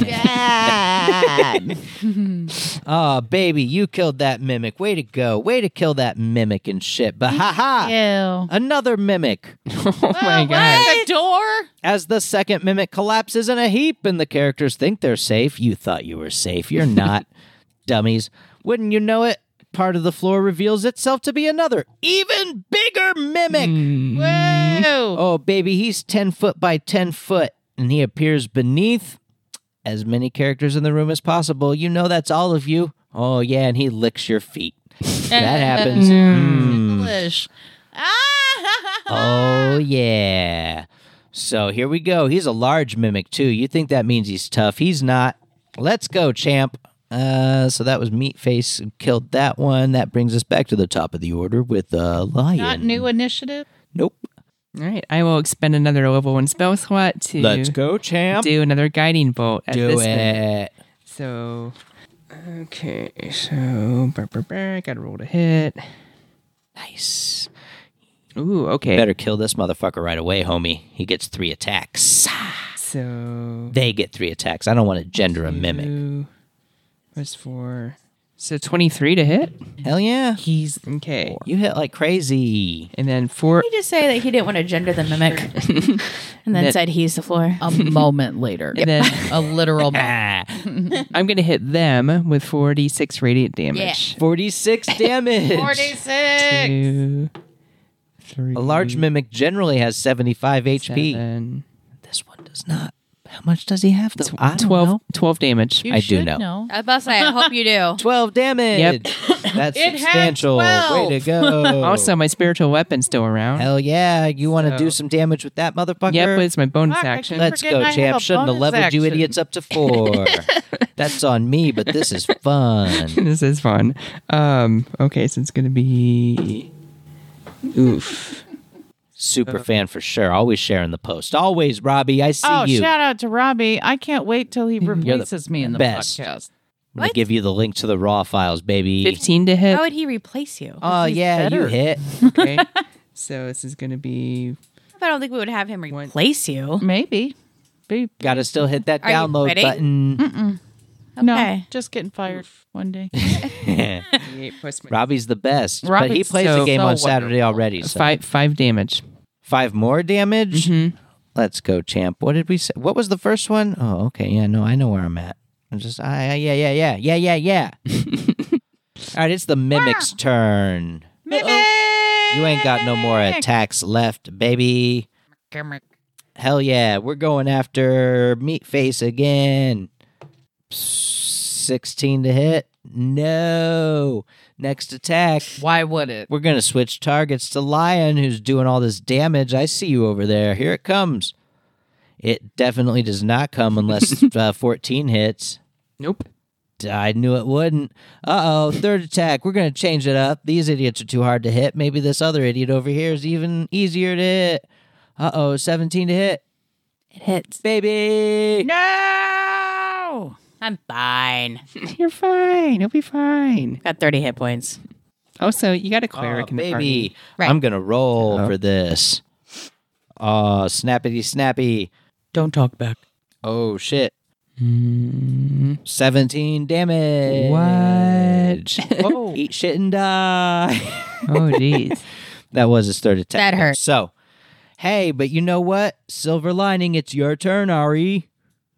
[SPEAKER 1] [laughs] oh, baby, you killed that mimic. Way to go. Way to kill that mimic and shit. But ha ha, Oh
[SPEAKER 3] Ew.
[SPEAKER 1] another mimic.
[SPEAKER 5] Oh my god.
[SPEAKER 3] The door?
[SPEAKER 1] As the second mimic collapses in a heap and the characters think they're safe, you thought you were safe. You're not. Dummies. Wouldn't you know it? Part of the floor reveals itself to be another, even bigger mimic.
[SPEAKER 5] Hmm.
[SPEAKER 3] Whoa.
[SPEAKER 1] Oh, baby, he's 10 foot by 10 foot, and he appears beneath as many characters in the room as possible. You know that's all of you. Oh, yeah, and he licks your feet.
[SPEAKER 3] [laughs]
[SPEAKER 1] That happens. Mm.
[SPEAKER 3] English. Ah,
[SPEAKER 1] Oh, yeah. So here we go. He's a large mimic, too. You think that means he's tough. He's not. Let's go, champ. Uh, so that was Meatface who killed that one. That brings us back to the top of the order with uh, Lion.
[SPEAKER 3] Not new initiative.
[SPEAKER 1] Nope.
[SPEAKER 5] All right, I will expend another level one spell slot to
[SPEAKER 1] Let's go, champ.
[SPEAKER 5] do another guiding bolt at
[SPEAKER 1] Do
[SPEAKER 5] this thing.
[SPEAKER 1] it.
[SPEAKER 5] So, okay, so brr, brr, brr, gotta roll to hit.
[SPEAKER 1] Nice.
[SPEAKER 5] Ooh, okay.
[SPEAKER 1] Better kill this motherfucker right away, homie. He gets three attacks.
[SPEAKER 5] So
[SPEAKER 1] They get three attacks. I don't want to gender a mimic.
[SPEAKER 5] two, plus four, So 23 to hit.
[SPEAKER 1] Hell yeah.
[SPEAKER 5] He's okay.
[SPEAKER 1] You hit like crazy.
[SPEAKER 5] And then four.
[SPEAKER 6] Did he just say that he didn't want to gender
[SPEAKER 1] [laughs]
[SPEAKER 6] the mimic, and then
[SPEAKER 5] That-
[SPEAKER 6] said he's the floor?
[SPEAKER 1] Oh.
[SPEAKER 3] a moment [laughs] later.
[SPEAKER 5] And then
[SPEAKER 3] a literal moment.
[SPEAKER 1] Ah,
[SPEAKER 5] I'm going to hit them with 46 radiant damage. [laughs]
[SPEAKER 1] 46 damage.
[SPEAKER 3] 46.
[SPEAKER 5] Two, three,
[SPEAKER 1] A large mimic generally has 75 HP.
[SPEAKER 5] seven,
[SPEAKER 1] This one does not. How much does he have? Though? I don't
[SPEAKER 5] 12,
[SPEAKER 1] know.
[SPEAKER 5] 12 damage.
[SPEAKER 1] I do
[SPEAKER 3] should
[SPEAKER 1] know.
[SPEAKER 6] I was about to say, I hope you [laughs] do.
[SPEAKER 1] 12 damage. [laughs] That's
[SPEAKER 3] It had
[SPEAKER 1] substantial. Way
[SPEAKER 5] [laughs]
[SPEAKER 1] to go.
[SPEAKER 5] Also, my spiritual weapon's still around.
[SPEAKER 1] Hell yeah. You want to
[SPEAKER 5] So-
[SPEAKER 1] do some damage with that motherfucker?
[SPEAKER 5] Yep, but it's my bonus
[SPEAKER 3] Fuck, I
[SPEAKER 5] action.
[SPEAKER 3] can't-
[SPEAKER 1] Let's
[SPEAKER 3] Forget
[SPEAKER 1] go,
[SPEAKER 3] I have a
[SPEAKER 1] champ. Shouldn't have
[SPEAKER 3] bonus
[SPEAKER 1] leveled you
[SPEAKER 3] action.
[SPEAKER 1] idiots up
[SPEAKER 3] [laughs]
[SPEAKER 1] to four. That's on me, but this is fun.
[SPEAKER 5] [laughs] this is fun. Um, okay, so it's gonna be oof.
[SPEAKER 1] Super
[SPEAKER 3] Uh.
[SPEAKER 1] fan for sure. Always sharing the post. Always, Robbie. I see
[SPEAKER 3] Oh,
[SPEAKER 1] you.
[SPEAKER 3] shout out to Robbie. I can't wait till he
[SPEAKER 1] the
[SPEAKER 3] replaces me in the
[SPEAKER 1] best.
[SPEAKER 3] podcast.
[SPEAKER 1] I'm going to
[SPEAKER 6] What?
[SPEAKER 1] give you the link to the raw files, baby.
[SPEAKER 5] Fifteen to hit.
[SPEAKER 6] How would he replace you?
[SPEAKER 1] Oh,
[SPEAKER 3] he's
[SPEAKER 1] yeah. You
[SPEAKER 3] better.
[SPEAKER 1] hit.
[SPEAKER 5] Okay. so this is gonna be
[SPEAKER 6] I don't think we would have him replace you.
[SPEAKER 3] Maybe. Be-
[SPEAKER 1] Got to still hit that
[SPEAKER 6] Are you
[SPEAKER 1] download
[SPEAKER 6] quitting?
[SPEAKER 1] button.
[SPEAKER 3] No,
[SPEAKER 6] Okay.
[SPEAKER 3] just getting fired one day.
[SPEAKER 5] eight plus my
[SPEAKER 1] [laughs] Robbie's the best. but he
[SPEAKER 3] Mm. Robbie's
[SPEAKER 1] plays the
[SPEAKER 5] so-
[SPEAKER 1] game
[SPEAKER 3] so
[SPEAKER 1] on Saturday
[SPEAKER 3] wonderful.
[SPEAKER 1] already. So.
[SPEAKER 5] five five damage.
[SPEAKER 1] Five more damage. Let's go, champ. What did we say? What was the first one? Oh, okay. Yeah, no, I know where I'm at. I'm just, I, I yeah, yeah, yeah, yeah, yeah, yeah. All right, it's the mimic's turn. You ain't got no more attacks left, baby. Hell yeah, we're going after Meat Face again. 16 to hit. No. Next attack.
[SPEAKER 3] Why would it?
[SPEAKER 1] We're going to switch targets to Lion, who's doing all this damage. I see you over there. Here it comes. It definitely does not come unless uh, 14 hits.
[SPEAKER 5] Nope.
[SPEAKER 1] I knew it wouldn't. Uh oh, third attack. We're going to change it up. These idiots are too hard to hit. Maybe this other idiot over here is even easier to hit. Uh oh, 17 to hit.
[SPEAKER 6] It hits.
[SPEAKER 1] Baby!
[SPEAKER 3] No!
[SPEAKER 6] I'm fine.
[SPEAKER 5] You're fine. You'll be fine.
[SPEAKER 6] Got 30 hit points.
[SPEAKER 5] Also, you got a
[SPEAKER 1] Aw,
[SPEAKER 5] cleric in the party.
[SPEAKER 1] Ah, baby.
[SPEAKER 6] Right.
[SPEAKER 1] I'm going to roll
[SPEAKER 5] Hello.
[SPEAKER 1] for this. Oh, snappity snappy.
[SPEAKER 5] Don't talk back.
[SPEAKER 1] Oh, shit. Mm. 17 damage. Oh.
[SPEAKER 5] What?
[SPEAKER 1] Whoa. [laughs] Eat shit and die.
[SPEAKER 5] oh jeez.
[SPEAKER 1] [laughs]
[SPEAKER 3] [laughs]
[SPEAKER 1] that was his third attack.
[SPEAKER 6] That hurt.
[SPEAKER 1] So, hey, but you know what? Silver lining, it's your turn, Ari.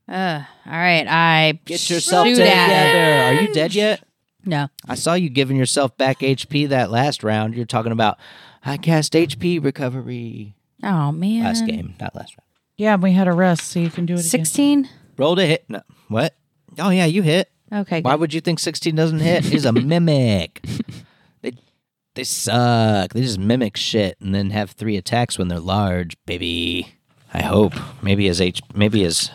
[SPEAKER 6] Uh, all right. I
[SPEAKER 1] Get yourself
[SPEAKER 6] shoot
[SPEAKER 1] together.
[SPEAKER 6] at-
[SPEAKER 1] Are you dead yet?
[SPEAKER 6] No.
[SPEAKER 1] I saw you giving yourself back HP that last round. You're talking about I cast HP recovery
[SPEAKER 6] Oh, man.
[SPEAKER 1] last game, not last round.
[SPEAKER 3] Yeah, we had a rest, so you can do it again.
[SPEAKER 6] 16?
[SPEAKER 1] Rolled a hit. No. What? Oh yeah, you hit.
[SPEAKER 6] Okay.
[SPEAKER 1] Why
[SPEAKER 6] Good.
[SPEAKER 1] would you think 16 doesn't hit? He's a mimic. They they suck. They just mimic shit and then have three attacks when they're large, baby. I hope. Maybe his H maybe his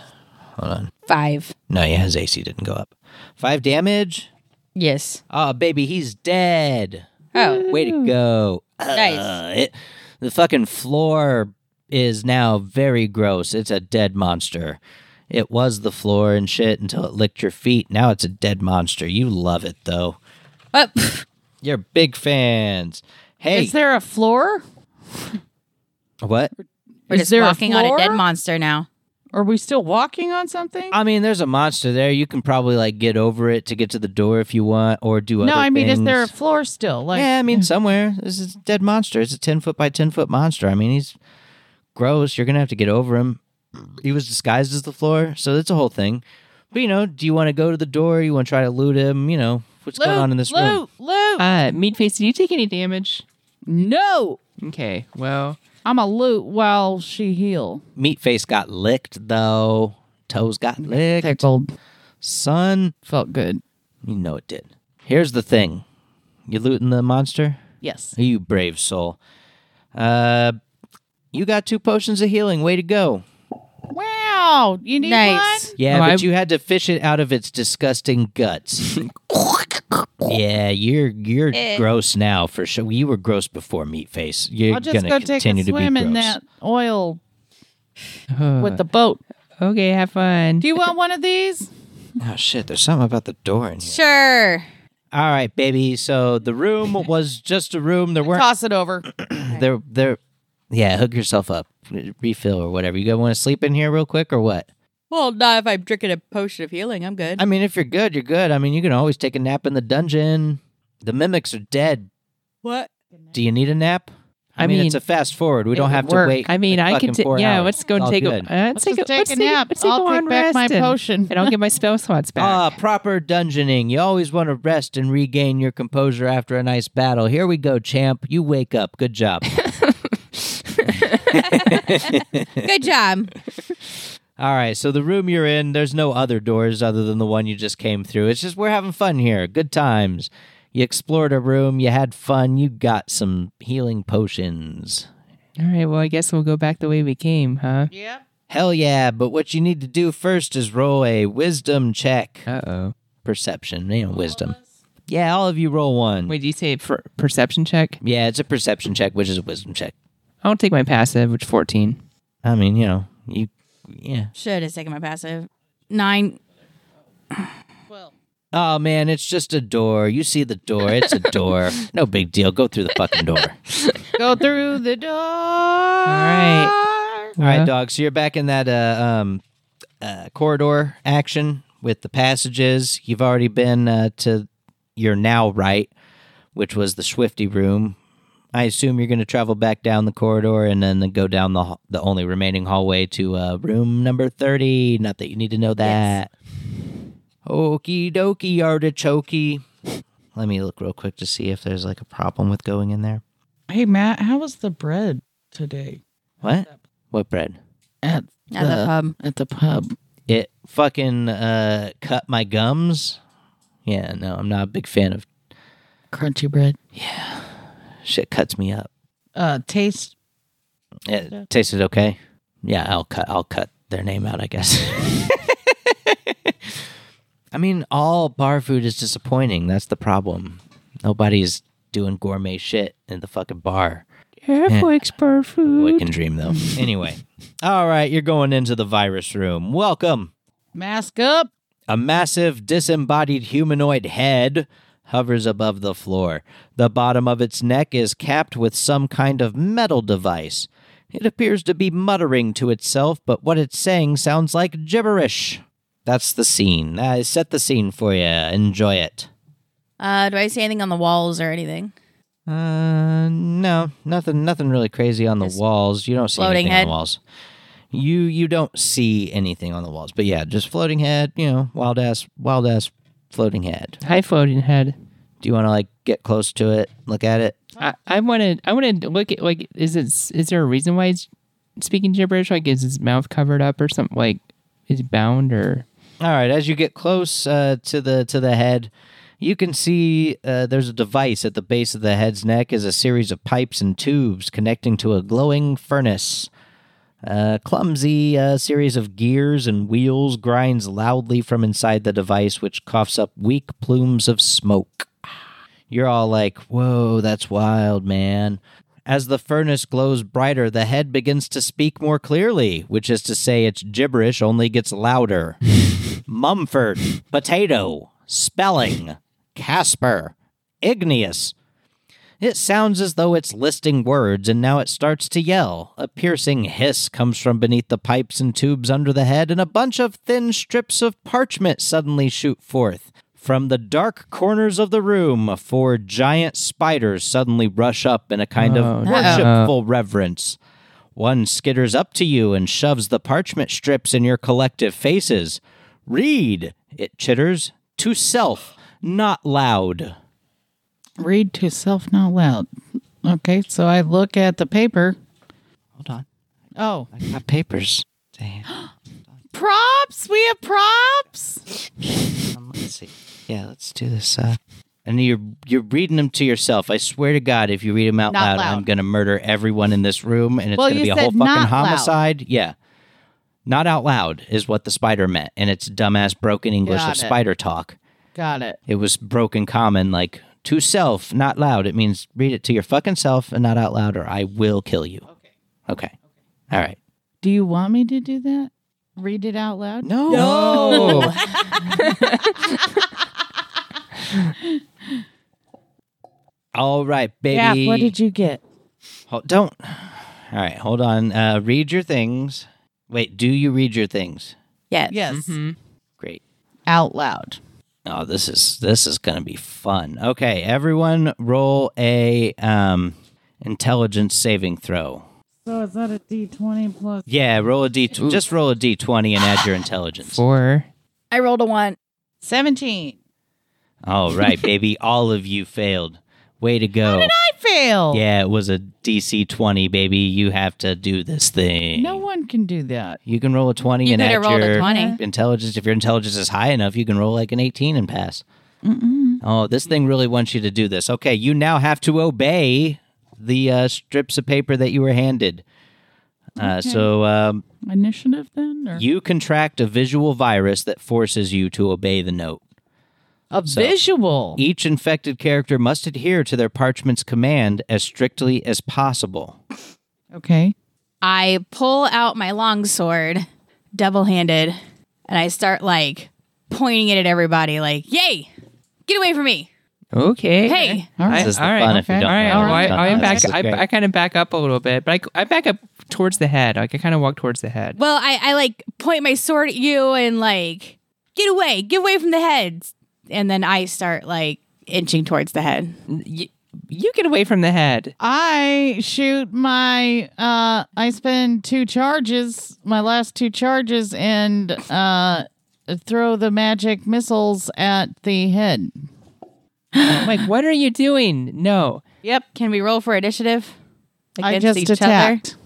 [SPEAKER 1] hold on.
[SPEAKER 6] Five.
[SPEAKER 1] No, yeah, his AC didn't go up. Five damage?
[SPEAKER 6] Yes.
[SPEAKER 1] Oh baby, he's dead.
[SPEAKER 6] Oh.
[SPEAKER 1] Way to go.
[SPEAKER 6] Nice.
[SPEAKER 1] Uh, it- the fucking floor is now very gross. It's a dead monster. It was the floor and shit until it licked your feet. Now it's a dead monster. You love it though.
[SPEAKER 6] Up.
[SPEAKER 1] You're big fans. Hey,
[SPEAKER 3] Is there a floor?
[SPEAKER 1] what?
[SPEAKER 6] We're
[SPEAKER 3] Is
[SPEAKER 6] just
[SPEAKER 3] there a
[SPEAKER 6] walking on a
[SPEAKER 3] floor?
[SPEAKER 6] dead monster now.
[SPEAKER 3] Are we still walking on something?
[SPEAKER 1] I mean, there's a monster there. You can probably like get over it to get to the door if you want, or do
[SPEAKER 3] no,
[SPEAKER 1] other
[SPEAKER 3] I mean, is there a
[SPEAKER 1] things.
[SPEAKER 3] floor still? Like,
[SPEAKER 1] yeah, I mean, somewhere this is a dead monster. It's a ten foot by ten foot monster. I mean, he's gross. You're gonna have to get over him. He was disguised as the floor, so that's a whole thing. But you know, do you want to go to the door? You want to try to loot him? You know, what's going on in this room?
[SPEAKER 3] loot, loot.
[SPEAKER 5] Uh, Meatface, did you take any damage?
[SPEAKER 3] no,
[SPEAKER 5] Okay. Well,
[SPEAKER 3] I'm a loot while she heal.
[SPEAKER 1] Meatface got licked though. Toes got licked.
[SPEAKER 3] Tickled,
[SPEAKER 1] Son,
[SPEAKER 3] felt good.
[SPEAKER 1] you know it did. Here's the thing: you looting the monster.
[SPEAKER 3] Yes.
[SPEAKER 1] You brave soul. Uh, you got two potions of healing. Way to go.
[SPEAKER 3] Wow, you need
[SPEAKER 6] Nice.
[SPEAKER 3] one.
[SPEAKER 1] Yeah,
[SPEAKER 5] Oh,
[SPEAKER 1] but
[SPEAKER 5] I-
[SPEAKER 1] you had to fish it out of its disgusting
[SPEAKER 3] [laughs]
[SPEAKER 1] guts. yeah, you're you're
[SPEAKER 3] Eh.
[SPEAKER 1] gross now for sure. You were gross before meat face. You're
[SPEAKER 3] I'll just
[SPEAKER 1] gonna
[SPEAKER 3] go take
[SPEAKER 1] continue
[SPEAKER 3] a
[SPEAKER 1] to be
[SPEAKER 3] swim
[SPEAKER 1] gross.
[SPEAKER 3] in that
[SPEAKER 1] [sighs]
[SPEAKER 3] oil
[SPEAKER 5] uh,
[SPEAKER 3] with the boat.
[SPEAKER 5] okay. Have fun.
[SPEAKER 3] Do you want one of these?
[SPEAKER 1] Oh shit, there's something about the door in here.
[SPEAKER 6] Sure.
[SPEAKER 1] All right, baby. So the room was just a room. There weren't
[SPEAKER 3] Toss it over.
[SPEAKER 1] there there yeah, hook yourself up. Refill or whatever. You guys want to sleep in here real quick or what?
[SPEAKER 6] Well, not if I'm drinking a potion of healing.
[SPEAKER 1] [laughs]
[SPEAKER 6] I'm good.
[SPEAKER 1] I mean, if you're good, you're good. I mean, you can always take a nap in the dungeon. The mimics are dead.
[SPEAKER 6] what?
[SPEAKER 1] Do you need a nap? I,
[SPEAKER 5] I
[SPEAKER 1] mean,
[SPEAKER 5] mean,
[SPEAKER 1] it's a fast forward. We
[SPEAKER 5] it
[SPEAKER 1] don't
[SPEAKER 5] would
[SPEAKER 1] have to
[SPEAKER 5] work.
[SPEAKER 1] wait.
[SPEAKER 5] I mean,
[SPEAKER 1] like
[SPEAKER 5] I can.
[SPEAKER 1] fucking
[SPEAKER 5] T-
[SPEAKER 1] four
[SPEAKER 5] yeah,
[SPEAKER 1] hours.
[SPEAKER 5] let's go and
[SPEAKER 1] All
[SPEAKER 5] take
[SPEAKER 1] good.
[SPEAKER 5] a. Uh,
[SPEAKER 3] Let's
[SPEAKER 5] let's take,
[SPEAKER 3] just take
[SPEAKER 5] let's
[SPEAKER 3] a nap.
[SPEAKER 5] Let's take
[SPEAKER 3] I'll
[SPEAKER 5] a
[SPEAKER 3] take
[SPEAKER 5] long
[SPEAKER 3] back
[SPEAKER 5] rest
[SPEAKER 3] my
[SPEAKER 5] and-
[SPEAKER 3] potion.
[SPEAKER 5] and I'll get my spell slots back.
[SPEAKER 1] Ah, proper dungeoning. You always want to rest and regain your composure after a nice battle. Here we go, champ. You wake up. Good job.
[SPEAKER 6] Good job.
[SPEAKER 1] All right, so the room you're in, there's no other doors other than the one you just came through. It's just we're having fun here. Good times. You explored a room, you had fun, you got some healing potions.
[SPEAKER 5] All right. Well, I guess we'll go back the way we came, huh?
[SPEAKER 3] Yep.
[SPEAKER 1] Hell yeah, but what you need to do first is roll a wisdom check.
[SPEAKER 5] Uh oh.
[SPEAKER 1] Perception, you know, wisdom. Yeah, all of you roll one.
[SPEAKER 5] Wait, do you say for perception check?
[SPEAKER 1] Yeah, it's a perception check, which is a wisdom check.
[SPEAKER 5] I'll take my passive, which fourteen.
[SPEAKER 1] I mean, you know, you, yeah.
[SPEAKER 6] Should have taken my passive. Nine.
[SPEAKER 1] Oh man, it's just a door. You see the door. It's a door. No big deal. Go through the fucking door.
[SPEAKER 3] Go through the door. All
[SPEAKER 5] All
[SPEAKER 3] Ah.
[SPEAKER 5] right.
[SPEAKER 1] All right, dog. So you're back in that uh, um, uh, corridor action with the passages. You've already been uh, to your now right, which was the Swifty room. I assume you're going to travel back down the corridor and then go down the ha- the only remaining hallway to uh, room number thirty. Not that you need to know that. Okey Okie dokie, artichokey. Let me look real quick to see if there's like a problem with going in there.
[SPEAKER 3] Hey Matt, how was the bread today
[SPEAKER 1] What? What bread?
[SPEAKER 3] at
[SPEAKER 6] At the pub.
[SPEAKER 3] At the pub.
[SPEAKER 1] it fucking uh, cut my gums. Yeah, no, I'm not a big fan of
[SPEAKER 3] Crunchy bread.
[SPEAKER 1] shit cuts me up.
[SPEAKER 3] Uh taste
[SPEAKER 1] It tasted okay. Yeah, I'll cut I'll cut their name out, I guess. [laughs] I mean, all bar food is disappointing. That's the problem. Nobody's doing gourmet shit in the fucking bar.
[SPEAKER 5] Airfoix bird
[SPEAKER 1] Boy
[SPEAKER 5] food.
[SPEAKER 1] can dream though. anyway. All right, you're going into the virus room. Welcome.
[SPEAKER 3] mask up.
[SPEAKER 1] A massive disembodied humanoid head hovers above the floor. The bottom of its neck is capped with some kind of metal device. It appears to be muttering to itself, but what it's saying sounds like gibberish. That's the scene. I set the scene for you. Enjoy it.
[SPEAKER 6] Uh, do I see anything on the walls or anything?
[SPEAKER 1] Uh, no, nothing, nothing really crazy on the
[SPEAKER 6] Just
[SPEAKER 1] walls. You don't see
[SPEAKER 6] floating
[SPEAKER 1] anything on
[SPEAKER 6] head?
[SPEAKER 1] the walls. You you don't see anything on the walls, but yeah, just floating head. You know, wild ass, wild ass, floating head.
[SPEAKER 5] High floating head.
[SPEAKER 1] Do you want to like get close to it, look at it?
[SPEAKER 5] I, I want to. I want to look at like. Is it? Is there a reason why he's speaking gibberish? Like, is his mouth covered up or something? Like, is he bound or?
[SPEAKER 1] All right. As you get close uh, to the to the head, you can see uh, there's a device at the base of the head's neck is a series of pipes and tubes connecting to a glowing furnace. A clumsy uh, series of gears and wheels grinds loudly from inside the device, which coughs up weak plumes of smoke. You're all like, whoa, that's wild, man. As the furnace glows brighter, the head begins to speak more clearly, which is to say, its gibberish only gets louder. Mumford, potato, spelling, Casper, igneous. It sounds as though it's listing words, and now it starts to yell. A piercing hiss comes from beneath the pipes and tubes under the head, and a bunch of thin strips of parchment suddenly shoot forth. From the dark corners of the room, four giant spiders suddenly rush up in a kind
[SPEAKER 5] Oh,
[SPEAKER 1] of
[SPEAKER 5] no.
[SPEAKER 1] worshipful reverence. One skitters up to you and shoves the parchment strips in your collective faces. Read, it chitters, to self, not loud.
[SPEAKER 3] Read to self not loud. Okay, so I look at the paper.
[SPEAKER 1] Hold on.
[SPEAKER 3] Oh.
[SPEAKER 1] I got papers. Damn.
[SPEAKER 3] [gasps] Props. We have props.
[SPEAKER 1] Um, let's see. Yeah, let's do this. Uh, and you're you're reading them to yourself. I swear to God, if you read them out
[SPEAKER 3] Not
[SPEAKER 1] loud,
[SPEAKER 3] loud.
[SPEAKER 1] I'm gonna murder everyone in this room, and it's
[SPEAKER 3] Well,
[SPEAKER 1] gonna
[SPEAKER 3] you
[SPEAKER 1] be a
[SPEAKER 3] said
[SPEAKER 1] whole fucking
[SPEAKER 3] not loud.
[SPEAKER 1] homicide. Yeah, not out loud is what the spider meant, and it's dumbass broken English
[SPEAKER 3] Got
[SPEAKER 1] of
[SPEAKER 3] it.
[SPEAKER 1] spider talk.
[SPEAKER 3] Got it.
[SPEAKER 1] It was broken common, like to self, not loud. It means read it to your fucking self and not out loud, or I will kill you. Okay. Okay. All right.
[SPEAKER 3] Do you want me to do that? Read it out loud?
[SPEAKER 1] No. No. [laughs] All right, baby.
[SPEAKER 3] Yeah, what did you get?
[SPEAKER 1] Hol- don't. All right, hold on. Uh, read your things. Wait, do you read your things?
[SPEAKER 6] Yes.
[SPEAKER 3] Yes. Mm-hmm.
[SPEAKER 5] Mm-hmm.
[SPEAKER 1] Great.
[SPEAKER 3] Out loud.
[SPEAKER 1] Oh, this is this is gonna be fun. Okay, everyone, roll a um, intelligence saving throw.
[SPEAKER 3] So is that a D twenty plus?
[SPEAKER 1] Yeah, roll a d. Just roll a d twenty and add your intelligence.
[SPEAKER 5] Four.
[SPEAKER 6] I rolled a one.
[SPEAKER 3] Seventeen.
[SPEAKER 1] All right, baby, all of you failed. Way to go!
[SPEAKER 3] I fail.
[SPEAKER 1] Yeah, it was a DC twenty, baby. You have to do this thing.
[SPEAKER 3] No one can do that.
[SPEAKER 1] You can roll a twenty
[SPEAKER 6] You
[SPEAKER 1] and
[SPEAKER 6] could
[SPEAKER 1] add
[SPEAKER 6] have rolled
[SPEAKER 1] your
[SPEAKER 6] a 20.
[SPEAKER 1] intelligence. If your intelligence is high enough, you can roll like an eighteen and pass. Oh, this thing really wants you to do this. Okay, you now have to obey the uh, strips of paper that you were handed. Uh, so um,
[SPEAKER 3] Initiative then? Or?
[SPEAKER 1] you contract a visual virus that forces you to obey the note.
[SPEAKER 3] a visual.
[SPEAKER 1] Each infected character must adhere to their parchment's command as strictly as possible.
[SPEAKER 3] okay.
[SPEAKER 6] I pull out my longsword, double handed, and I start like pointing it at everybody, like, yay, get away from me.
[SPEAKER 5] Okay.
[SPEAKER 6] Hey,
[SPEAKER 3] All right.
[SPEAKER 1] This is the fun if you don't
[SPEAKER 5] All right.
[SPEAKER 1] know.
[SPEAKER 5] All right. oh,
[SPEAKER 1] Don't
[SPEAKER 5] I,
[SPEAKER 1] know.
[SPEAKER 5] am back.
[SPEAKER 1] This is
[SPEAKER 5] I,
[SPEAKER 1] great.
[SPEAKER 5] I kind of back up a little bit, but I, I back up towards the head. Like I kind of walk towards the head.
[SPEAKER 6] well, I, I like point my sword at you and like, get away, get away from the head. And then I start like inching towards the head.
[SPEAKER 5] Y- you get away from the head.
[SPEAKER 3] I shoot my uh I spend two charges, my last two charges and uh throw the magic missiles at the head.
[SPEAKER 5] I'm like, what are you doing? No.
[SPEAKER 6] Yep. Can we roll for initiative?
[SPEAKER 3] I just attacked.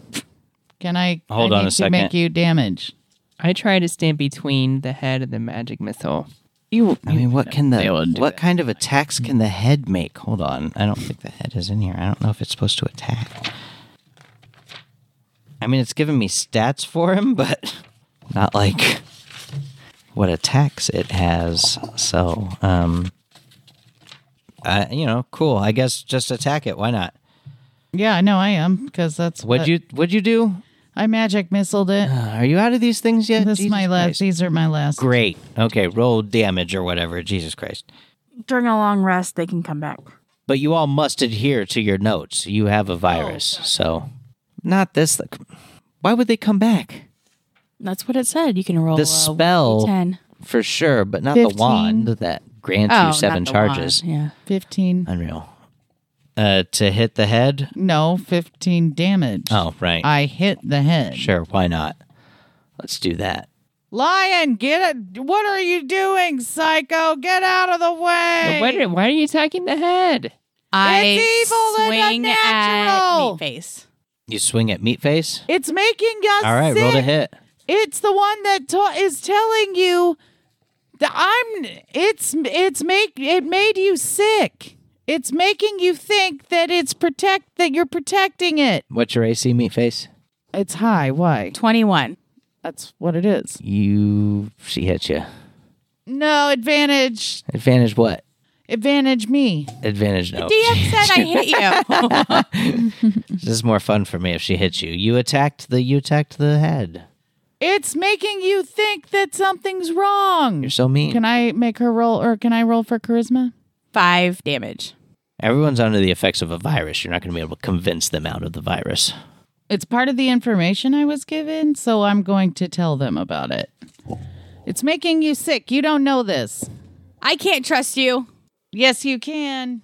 [SPEAKER 3] Can I I
[SPEAKER 1] Hold on
[SPEAKER 3] need
[SPEAKER 1] a
[SPEAKER 3] to
[SPEAKER 1] second.
[SPEAKER 3] make you damage?
[SPEAKER 5] I try to stand between the head and the magic missile.
[SPEAKER 3] You
[SPEAKER 1] I mean, what can the
[SPEAKER 3] They wouldn't do
[SPEAKER 1] what kind of attacks can the head make? Hold on, I don't think the head is in here. I don't know if it's supposed to attack. I mean, it's giving me stats for him, but not like what attacks it has. So, um, I, you know, cool. I guess just attack it. Why not?
[SPEAKER 3] Yeah, I know I am because that's
[SPEAKER 1] What'd
[SPEAKER 3] what
[SPEAKER 1] you What'd you do?
[SPEAKER 3] I magic missiled it.
[SPEAKER 1] Uh, are you out of these things yet?
[SPEAKER 3] this is
[SPEAKER 1] Jesus
[SPEAKER 3] my last.
[SPEAKER 1] Christ.
[SPEAKER 3] These are my last.
[SPEAKER 1] Great. Okay, roll damage or whatever. Jesus Christ.
[SPEAKER 6] During a long rest, they can come back.
[SPEAKER 1] but you all must adhere to your notes. You have a virus,
[SPEAKER 6] Oh.
[SPEAKER 1] so not this. Like, why would they come back?
[SPEAKER 6] That's what it said. You can roll
[SPEAKER 1] The
[SPEAKER 6] uh,
[SPEAKER 1] spell
[SPEAKER 6] 10.
[SPEAKER 1] for sure, but not the
[SPEAKER 3] 15.
[SPEAKER 1] wand that grants
[SPEAKER 6] Oh,
[SPEAKER 1] you seven
[SPEAKER 6] not the wand.
[SPEAKER 1] charges.
[SPEAKER 6] Yeah.
[SPEAKER 3] Fifteen.
[SPEAKER 1] Unreal. Uh, to hit the head.
[SPEAKER 3] No, fifteen damage.
[SPEAKER 1] Oh, right.
[SPEAKER 3] I hit the head.
[SPEAKER 1] sure. Why not? Let's do that.
[SPEAKER 3] Lion, get it! What are you doing, psycho? Get out of the way!
[SPEAKER 5] What are- why are you attacking the head?
[SPEAKER 6] I
[SPEAKER 3] It's evil and
[SPEAKER 6] swing at
[SPEAKER 3] unnatural.
[SPEAKER 6] meat face.
[SPEAKER 1] You swing at meat face.
[SPEAKER 3] it's making us
[SPEAKER 1] All right,
[SPEAKER 3] sick.
[SPEAKER 1] roll to hit.
[SPEAKER 3] It's the one that ta- is telling you that I'm. It's it's make it made you sick. It's making you think that it's protect that you're protecting it.
[SPEAKER 1] What's your AC, meat face?
[SPEAKER 3] It's high. Why?
[SPEAKER 6] 21.
[SPEAKER 3] That's what it is.
[SPEAKER 1] You. She hits you.
[SPEAKER 3] No advantage.
[SPEAKER 1] Advantage what?
[SPEAKER 3] Advantage me.
[SPEAKER 1] Advantage no.
[SPEAKER 6] DM said I hit you.
[SPEAKER 1] this is more fun for me if she hits you. You attacked the. You attacked the head.
[SPEAKER 3] It's making you think that something's wrong.
[SPEAKER 1] You're so mean.
[SPEAKER 3] Can I make her roll or can I roll for charisma?
[SPEAKER 6] [laughs] Five damage.
[SPEAKER 1] Everyone's under the effects of a virus. You're not going to be able to convince them out of the virus.
[SPEAKER 3] It's part of the information I was given, so I'm going to tell them about it. It's making you sick. You don't know this.
[SPEAKER 6] I can't trust you.
[SPEAKER 3] Yes, you can.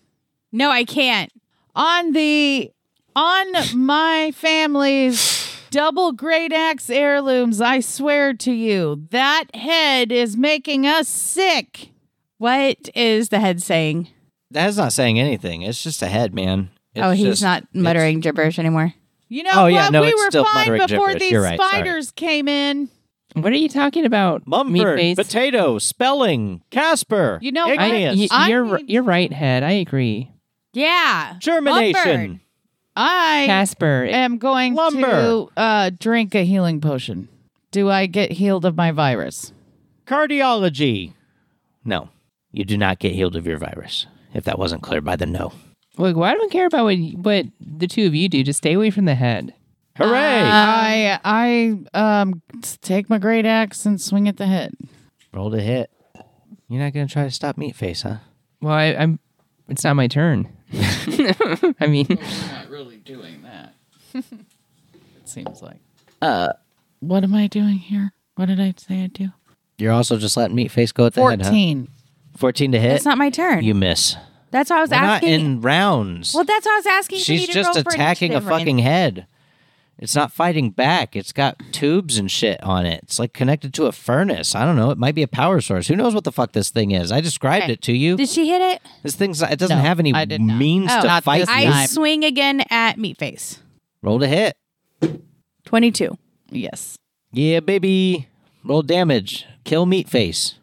[SPEAKER 6] No, I can't.
[SPEAKER 3] On the on my family's double great axe heirlooms, I swear to you, that head is making us sick.
[SPEAKER 6] What is the head saying?
[SPEAKER 1] That's not saying anything. It's just a head, man. It's
[SPEAKER 6] oh, he's
[SPEAKER 1] just-
[SPEAKER 6] not muttering gibberish anymore.
[SPEAKER 3] You know
[SPEAKER 1] Oh,
[SPEAKER 3] what?
[SPEAKER 1] yeah, no,
[SPEAKER 3] we
[SPEAKER 1] it's
[SPEAKER 3] were
[SPEAKER 1] still
[SPEAKER 3] fine
[SPEAKER 1] muttering
[SPEAKER 3] before
[SPEAKER 1] gibberish.
[SPEAKER 3] these
[SPEAKER 1] You're right, sorry.
[SPEAKER 3] spiders came in.
[SPEAKER 5] What are you talking about? meat
[SPEAKER 1] Mumford,
[SPEAKER 5] face?
[SPEAKER 1] potato, spelling, Casper.
[SPEAKER 3] You know, I-
[SPEAKER 5] I,
[SPEAKER 1] igneous,
[SPEAKER 5] y-
[SPEAKER 3] I
[SPEAKER 5] you're
[SPEAKER 3] need-
[SPEAKER 5] you're right, head. I agree.
[SPEAKER 6] Yeah.
[SPEAKER 1] germination.
[SPEAKER 6] Mumford.
[SPEAKER 3] I
[SPEAKER 5] Casper,
[SPEAKER 3] am going
[SPEAKER 1] Lumber.
[SPEAKER 3] to uh, drink a healing potion. Do I get healed of my virus?
[SPEAKER 1] Cardiology. No, you do not get healed of your virus. If that wasn't clear by the no.
[SPEAKER 5] look, why do I care about what y- what the two of you do? Just stay away from the head.
[SPEAKER 3] Uh,
[SPEAKER 1] Hooray!
[SPEAKER 3] I I um take my great axe and swing at the head.
[SPEAKER 1] Roll to hit. You're not going to try to stop Meatface, huh?
[SPEAKER 5] Well, I, I'm. It's not
[SPEAKER 3] [laughs]
[SPEAKER 5] my turn. [laughs] I mean,
[SPEAKER 3] Not really
[SPEAKER 5] [laughs]
[SPEAKER 3] doing that. it seems like. Uh, what am I doing here? What did I say I'd do?
[SPEAKER 1] You're also just letting me face go at the head, huh?
[SPEAKER 3] 14.
[SPEAKER 1] 14 to hit.
[SPEAKER 6] It's not my turn.
[SPEAKER 1] You miss.
[SPEAKER 6] that's why I was
[SPEAKER 1] We're not
[SPEAKER 6] asking.
[SPEAKER 1] in rounds.
[SPEAKER 6] well, that's why I was asking. for you
[SPEAKER 1] She's
[SPEAKER 6] to
[SPEAKER 1] just
[SPEAKER 6] roll for
[SPEAKER 1] attacking a
[SPEAKER 6] initiative, Ryan.
[SPEAKER 1] fucking head. It's not fighting back. It's got tubes and shit on it. It's like connected to a furnace. I don't know. It might be a power source. Who knows what the fuck this thing is? I described
[SPEAKER 6] Okay.
[SPEAKER 1] it to you.
[SPEAKER 6] Did she hit it?
[SPEAKER 1] this thing's it doesn't
[SPEAKER 3] No,
[SPEAKER 1] have any
[SPEAKER 3] I did not.
[SPEAKER 1] means
[SPEAKER 6] Oh,
[SPEAKER 1] to
[SPEAKER 3] not
[SPEAKER 1] fight
[SPEAKER 3] this
[SPEAKER 1] you.
[SPEAKER 6] I
[SPEAKER 3] time.
[SPEAKER 6] swing again at Meatface.
[SPEAKER 1] Roll to hit.
[SPEAKER 6] Twenty-two.
[SPEAKER 3] Yes.
[SPEAKER 1] Yeah, baby. Roll damage. Kill meat face.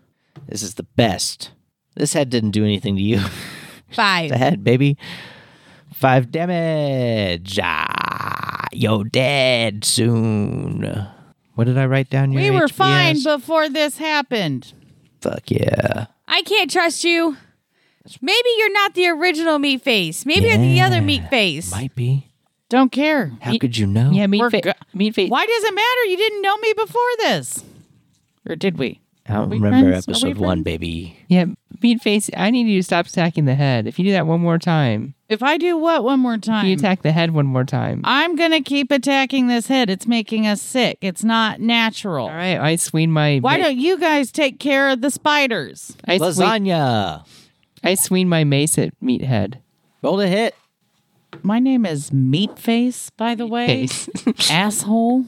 [SPEAKER 1] This is the best. This head didn't do anything to you. [laughs]
[SPEAKER 6] Five.
[SPEAKER 1] the head, baby. Five damage. Ah, you're dead soon. What did I write down? Your
[SPEAKER 3] We were fine
[SPEAKER 1] HPS?
[SPEAKER 3] before this happened.
[SPEAKER 1] Fuck yeah.
[SPEAKER 6] I can't trust you. Maybe you're not the original meat face. Maybe you're the other meat face.
[SPEAKER 1] Might be.
[SPEAKER 3] Don't care.
[SPEAKER 1] How could you know?
[SPEAKER 5] Yeah, meat
[SPEAKER 3] We're
[SPEAKER 5] fa-
[SPEAKER 3] go-
[SPEAKER 5] meat face.
[SPEAKER 3] Why does it matter? You didn't know me before this. Or did we?
[SPEAKER 1] I don't remember
[SPEAKER 5] friends? Are we
[SPEAKER 1] episode one, baby.
[SPEAKER 5] Yeah, meat face. I need you to stop attacking the head. If you do that one more time,
[SPEAKER 3] If I do what one more
[SPEAKER 5] if you
[SPEAKER 3] time?
[SPEAKER 5] attack the head one more time.
[SPEAKER 3] I'm going to keep attacking this head. It's making us sick. It's not natural.
[SPEAKER 5] All right, I swing my.
[SPEAKER 3] Why
[SPEAKER 5] ma-
[SPEAKER 3] don't you guys take care of the spiders?
[SPEAKER 5] I swing,
[SPEAKER 1] Lasagna.
[SPEAKER 5] I swing my mace at meat head.
[SPEAKER 1] Roll to hit.
[SPEAKER 3] My name is Meatface, by the way.
[SPEAKER 5] Face.
[SPEAKER 3] Asshole.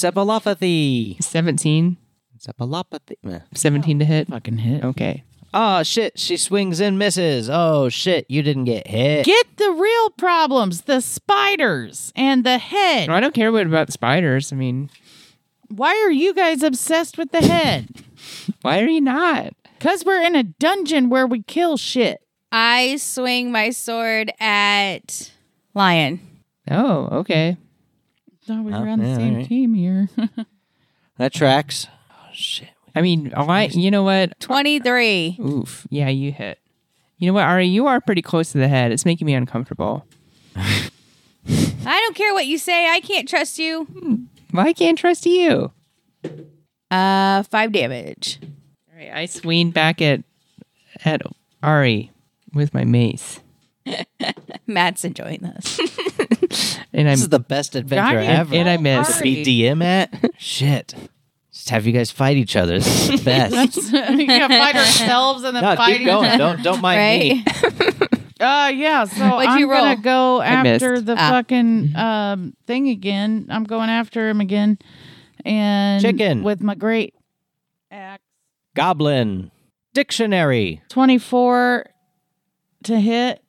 [SPEAKER 1] Encephalopathy.
[SPEAKER 5] 17,
[SPEAKER 1] Encephalopathy. Meh.
[SPEAKER 5] 17 to hit.
[SPEAKER 3] Fucking hit.
[SPEAKER 5] Okay.
[SPEAKER 1] Oh, shit. She swings and misses. Oh, shit. You didn't get hit.
[SPEAKER 3] Get the real problems, the spiders and the head.
[SPEAKER 5] No, I don't care what about spiders. I mean,
[SPEAKER 3] Why are you guys obsessed with the head?
[SPEAKER 1] [laughs]
[SPEAKER 5] why are you not?
[SPEAKER 3] Because we're in a dungeon where we kill shit.
[SPEAKER 6] I swing my sword at Lion.
[SPEAKER 5] Oh, okay.
[SPEAKER 3] Thought we
[SPEAKER 1] Oh,
[SPEAKER 3] were on
[SPEAKER 1] yeah,
[SPEAKER 3] the same
[SPEAKER 1] alright.
[SPEAKER 3] team here. [laughs]
[SPEAKER 1] That tracks. Oh, shit.
[SPEAKER 5] I mean, all right, you know what?
[SPEAKER 6] 23.
[SPEAKER 5] Oof. Yeah, you hit. You know what, Ari? You are pretty close to the head. It's making me uncomfortable.
[SPEAKER 6] I don't care what you say. I can't trust you.
[SPEAKER 5] Well, I can't trust you.
[SPEAKER 6] Uh, five damage.
[SPEAKER 5] All right, I swing back at at Ari with my mace,
[SPEAKER 6] Matt's enjoying this.
[SPEAKER 5] and I'm
[SPEAKER 1] This is the best adventure
[SPEAKER 3] Ryan,
[SPEAKER 1] ever.
[SPEAKER 5] and I miss.
[SPEAKER 3] Ari.
[SPEAKER 1] BDM at? [laughs] shit. Just have you guys fight each other. This [laughs] is the best.
[SPEAKER 3] we gotta
[SPEAKER 1] [laughs]
[SPEAKER 3] fight ourselves and then
[SPEAKER 1] no,
[SPEAKER 3] fight
[SPEAKER 1] keep
[SPEAKER 3] each
[SPEAKER 1] going. Don't don't mind me.
[SPEAKER 6] right?
[SPEAKER 3] Uh, yeah. So
[SPEAKER 6] What'd
[SPEAKER 3] I'm
[SPEAKER 6] you roll?
[SPEAKER 3] gonna go
[SPEAKER 5] missed.
[SPEAKER 3] after the
[SPEAKER 6] Ah.
[SPEAKER 3] fucking um thing again. I'm going after him again, and
[SPEAKER 1] Chicken.
[SPEAKER 3] with my great axe.
[SPEAKER 1] Goblin. Dictionary.
[SPEAKER 3] Twenty four to hit.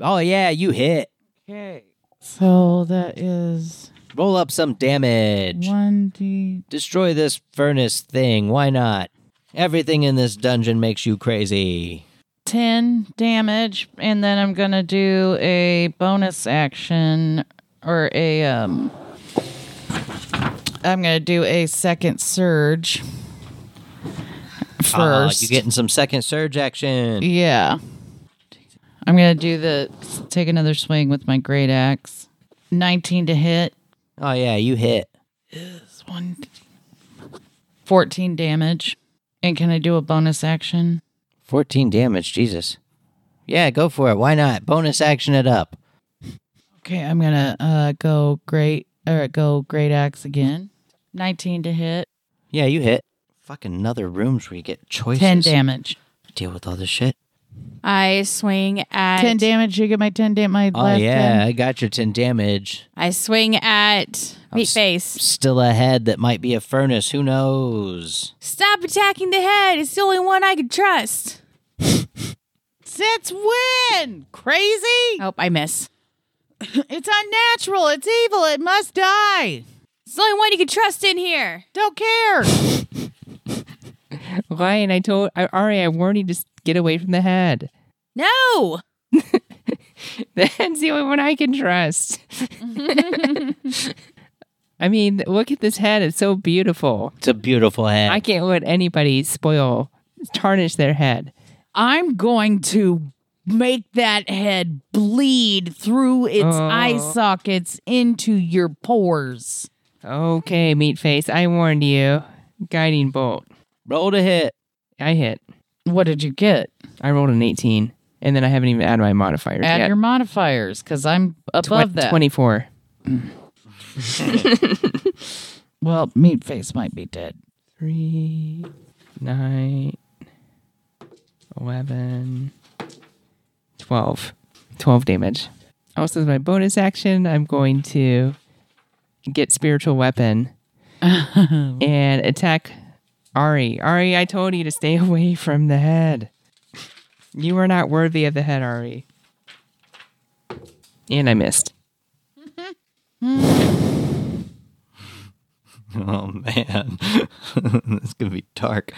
[SPEAKER 1] Oh yeah, you hit.
[SPEAKER 3] Okay. So that is
[SPEAKER 1] Roll up some damage.
[SPEAKER 3] one d.
[SPEAKER 1] Destroy this furnace thing. Why not? Everything in this dungeon makes you crazy.
[SPEAKER 3] 10 damage and then i'm gonna do a bonus action or a um i'm gonna do a second surge first
[SPEAKER 1] Ah, you getting some second surge action.
[SPEAKER 3] yeah i'm gonna do the take another swing with my great axe 19 to hit
[SPEAKER 1] Oh yeah, you hit.
[SPEAKER 3] It's one 14 damage and can i do a bonus action
[SPEAKER 1] 14 damage, Jesus. Yeah, go for it. Why not? Bonus action it up.
[SPEAKER 3] Okay, I'm gonna uh go great or go great axe again. Nineteen to hit.
[SPEAKER 1] Yeah, you hit. Fucking another rooms where you get choices.
[SPEAKER 3] Ten damage.
[SPEAKER 1] Deal with all this shit.
[SPEAKER 6] I swing at.
[SPEAKER 3] Ten damage. You get my ten damage. My
[SPEAKER 1] Oh
[SPEAKER 3] last
[SPEAKER 1] yeah,
[SPEAKER 3] 10.
[SPEAKER 1] I got your 10 damage.
[SPEAKER 6] I swing at Meatface.
[SPEAKER 1] Still a head that might be a furnace. Who knows?
[SPEAKER 6] Stop attacking the head. It's the only one I can trust.
[SPEAKER 3] Since when? Crazy.
[SPEAKER 6] Oh, I miss.
[SPEAKER 3] It's unnatural. It's evil. It must die.
[SPEAKER 6] It's the only one you can trust in here.
[SPEAKER 3] Don't care.
[SPEAKER 5] Lion, I told I, Ari, I warned you to s- get away from the head. [laughs]
[SPEAKER 6] No.
[SPEAKER 5] That's the only one I can
[SPEAKER 1] [laughs]
[SPEAKER 5] trust. [laughs] I mean, look at this head. It's so beautiful.
[SPEAKER 1] It's a beautiful head.
[SPEAKER 5] I can't let anybody spoil, tarnish their head.
[SPEAKER 3] I'm going to make that head bleed through its
[SPEAKER 5] Oh.
[SPEAKER 3] eye sockets into your pores.
[SPEAKER 5] Okay, meat face. I warned you. Guiding bolt.
[SPEAKER 1] Roll to hit. [laughs]
[SPEAKER 5] I hit.
[SPEAKER 3] What did you get?
[SPEAKER 5] I rolled an 18, and then I haven't even added my modifiers
[SPEAKER 3] Add
[SPEAKER 5] yet.
[SPEAKER 3] your modifiers, because I'm
[SPEAKER 5] Tw-
[SPEAKER 3] above that.
[SPEAKER 5] 24.
[SPEAKER 3] Well, Meatface might be dead.
[SPEAKER 5] Three, nine, 11, 12. 12 damage. Also, as my bonus action, I'm going to get spiritual weapon and attack Ari. Ari, I told you to stay [laughs] away from the head. You are not worthy of the head, Ari. And I missed.
[SPEAKER 1] Oh man, [laughs] this gonna be dark.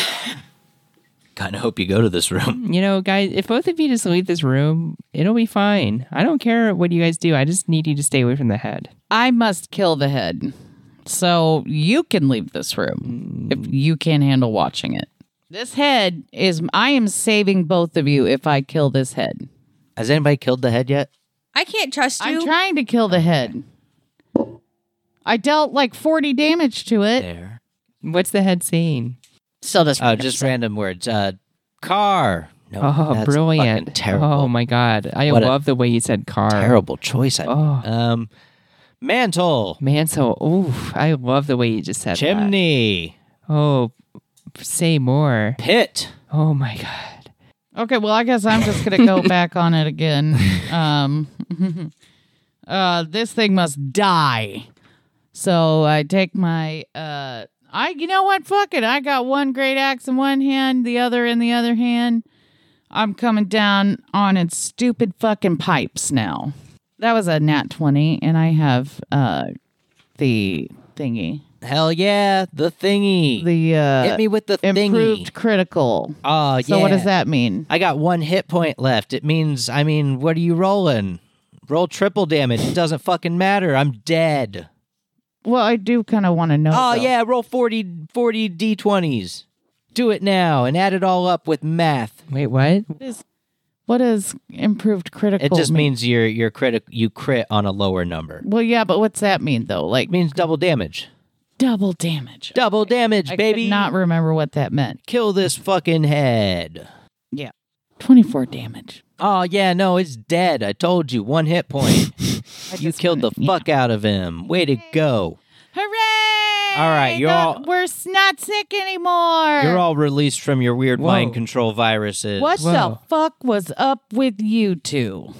[SPEAKER 1] [coughs] kind of hope you go to this room.
[SPEAKER 5] You know, guys, if both of you just leave this room, it'll be fine. I don't care what you guys do. I just need you to stay away from the head.
[SPEAKER 3] I must kill the head. So you can leave this room if you can't handle watching it. This head is I am saving both of you if I kill this head.
[SPEAKER 1] Has anybody killed the head yet?
[SPEAKER 6] I can't trust you.
[SPEAKER 3] I'm trying to kill the head. I dealt like 40 damage to it.
[SPEAKER 1] There.
[SPEAKER 5] What's the head saying?
[SPEAKER 6] Still doesn't.
[SPEAKER 1] Oh, just random words. Uh, car. No,
[SPEAKER 5] Oh,
[SPEAKER 1] that's fucking
[SPEAKER 5] brilliant.
[SPEAKER 1] Terrible.
[SPEAKER 5] Oh my god. I
[SPEAKER 1] What a
[SPEAKER 5] love the way you said car.
[SPEAKER 1] terrible choice. I
[SPEAKER 5] Oh.
[SPEAKER 1] um, mantle,
[SPEAKER 5] Man, so oof, I love the way you just said
[SPEAKER 1] chimney,
[SPEAKER 5] that. Oh, say more.
[SPEAKER 1] pit.
[SPEAKER 5] Oh my god.
[SPEAKER 3] Okay, well, I guess I'm just
[SPEAKER 1] [laughs]
[SPEAKER 3] gonna go back on it again. Um, [laughs] uh, this thing must die. So I take my uh, I you know what? Fuck it. I got one great axe in one hand, the other in the other hand. I'm coming down on its stupid fucking pipes now. That was a nat twenty, and I have uh, the thingy,
[SPEAKER 1] Hell yeah, the thingy.
[SPEAKER 3] the uh,
[SPEAKER 1] Hit me with the
[SPEAKER 3] improved
[SPEAKER 1] thingy.
[SPEAKER 3] critical.
[SPEAKER 1] Oh yeah.
[SPEAKER 3] So what does that mean?
[SPEAKER 1] I got one hit point left. It means, I mean, what are you rolling? Roll triple damage. It doesn't fucking matter. I'm dead.
[SPEAKER 3] Well, I do kind of want to know.
[SPEAKER 1] Oh,
[SPEAKER 3] though.
[SPEAKER 1] yeah, roll 40, 40 d20s. Do it now and add it all up with math.
[SPEAKER 5] Wait, what?
[SPEAKER 3] What is improved critical?
[SPEAKER 1] It just
[SPEAKER 3] mean?
[SPEAKER 1] means you're you're critic you crit on a lower number.
[SPEAKER 3] Well, yeah, but what's that mean though? Like
[SPEAKER 1] It means double damage.
[SPEAKER 3] double damage.
[SPEAKER 1] Double damage,
[SPEAKER 3] I
[SPEAKER 1] baby.
[SPEAKER 3] could not remember what that meant.
[SPEAKER 1] kill this fucking head.
[SPEAKER 3] Twenty-four damage.
[SPEAKER 1] Oh yeah, no, it's dead. I told you, one hit [laughs] point. you killed the fuck out of him. Way to go.
[SPEAKER 3] Hooray!
[SPEAKER 1] All right, you're
[SPEAKER 3] Not-
[SPEAKER 1] all-
[SPEAKER 3] We're s- not sick anymore.
[SPEAKER 1] You're all released from your weird
[SPEAKER 5] Whoa.
[SPEAKER 1] mind control viruses.
[SPEAKER 3] What
[SPEAKER 5] Whoa.
[SPEAKER 3] the fuck was up with you two?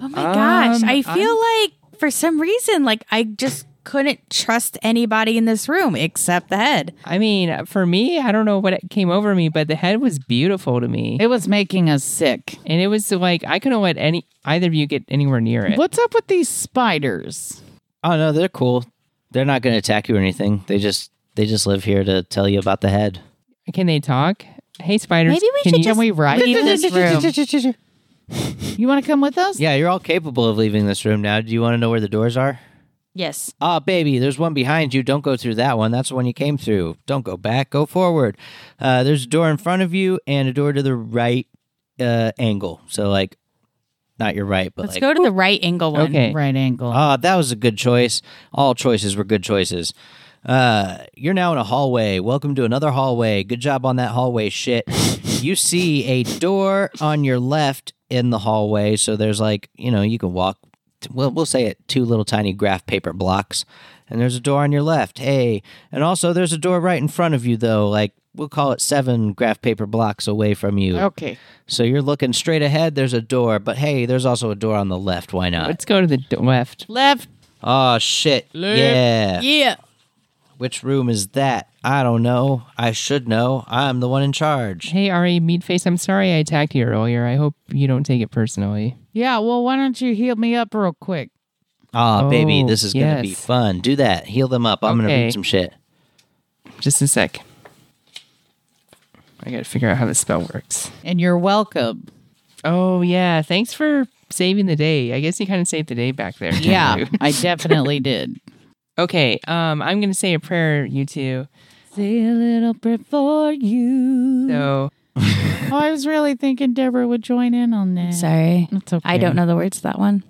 [SPEAKER 6] Oh my gosh.
[SPEAKER 5] Um,
[SPEAKER 6] I feel like for some reason, like I just couldn't trust anybody in this room except the head.
[SPEAKER 5] I mean, for me, I don't know what it came over me, but the head was beautiful to me.
[SPEAKER 3] It was making us sick.
[SPEAKER 5] and it was like I couldn't let any either of you get anywhere near it.
[SPEAKER 3] What's up with these spiders?
[SPEAKER 1] Oh no, they're cool. They're not going to attack you or anything. They just they just live here to tell you about the head.
[SPEAKER 5] Can they talk? Hey spiders.
[SPEAKER 6] Maybe we
[SPEAKER 5] can
[SPEAKER 6] should
[SPEAKER 5] you-
[SPEAKER 3] Can we ride
[SPEAKER 6] Leave this [laughs] room.
[SPEAKER 3] You want to come with us?
[SPEAKER 1] Yeah, you're all capable of leaving this room now. Do you want to know where the doors are?
[SPEAKER 6] Yes.
[SPEAKER 1] Ah, baby, there's one behind you. Don't go through that one. That's the one you came through. Don't go back. Go forward. Uh, there's a door in front of you and a door to the right uh, angle. So like, not your right, but
[SPEAKER 6] Let's
[SPEAKER 1] like.
[SPEAKER 6] go to the right angle one.
[SPEAKER 5] Okay.
[SPEAKER 3] Right angle.
[SPEAKER 1] Ah, that was a good choice. All choices were good choices. Uh, you're now in a hallway. Welcome to another hallway. Good job on that hallway shit. you see a door on your left in the hallway. So there's like, you know, you can walk, well, we'll say it, two little tiny graph paper blocks. And there's a door on your left. Hey. And also, there's a door right in front of you, though. Like, we'll call it seven graph paper blocks away from you.
[SPEAKER 3] Okay.
[SPEAKER 1] So you're looking straight ahead. There's a door. But hey, there's also a door on the left. Why not?
[SPEAKER 5] Let's go to the d- left.
[SPEAKER 3] Left.
[SPEAKER 1] Oh shit. Yeah.
[SPEAKER 6] Yeah.
[SPEAKER 1] Which room is that? I don't know. I should know. I'm the one in charge.
[SPEAKER 5] Hey Ari Meatface, I'm sorry I attacked you earlier. I hope you don't take it personally.
[SPEAKER 3] Yeah. Well, why don't you heal me up real quick?
[SPEAKER 1] Ah,
[SPEAKER 5] Oh,
[SPEAKER 1] baby, this is gonna be
[SPEAKER 5] yes.
[SPEAKER 1] fun. Do that. Heal them up. I'm gonna
[SPEAKER 5] Okay.
[SPEAKER 1] read some shit.
[SPEAKER 5] Just a sec. I gotta figure out how the spell works.
[SPEAKER 3] And you're
[SPEAKER 1] [laughs]
[SPEAKER 3] welcome.
[SPEAKER 5] Oh yeah, thanks for saving the day. I guess you kind of saved the day back there. didn't
[SPEAKER 3] Yeah,
[SPEAKER 5] you? [laughs]
[SPEAKER 3] I definitely did.
[SPEAKER 5] okay. Um, I'm gonna say a prayer, you two.
[SPEAKER 3] Say a little prayer for you.
[SPEAKER 5] So
[SPEAKER 3] Oh, I was really thinking Deborah would join in on that.
[SPEAKER 6] Sorry.
[SPEAKER 3] It's okay.
[SPEAKER 6] I don't know the words to that one.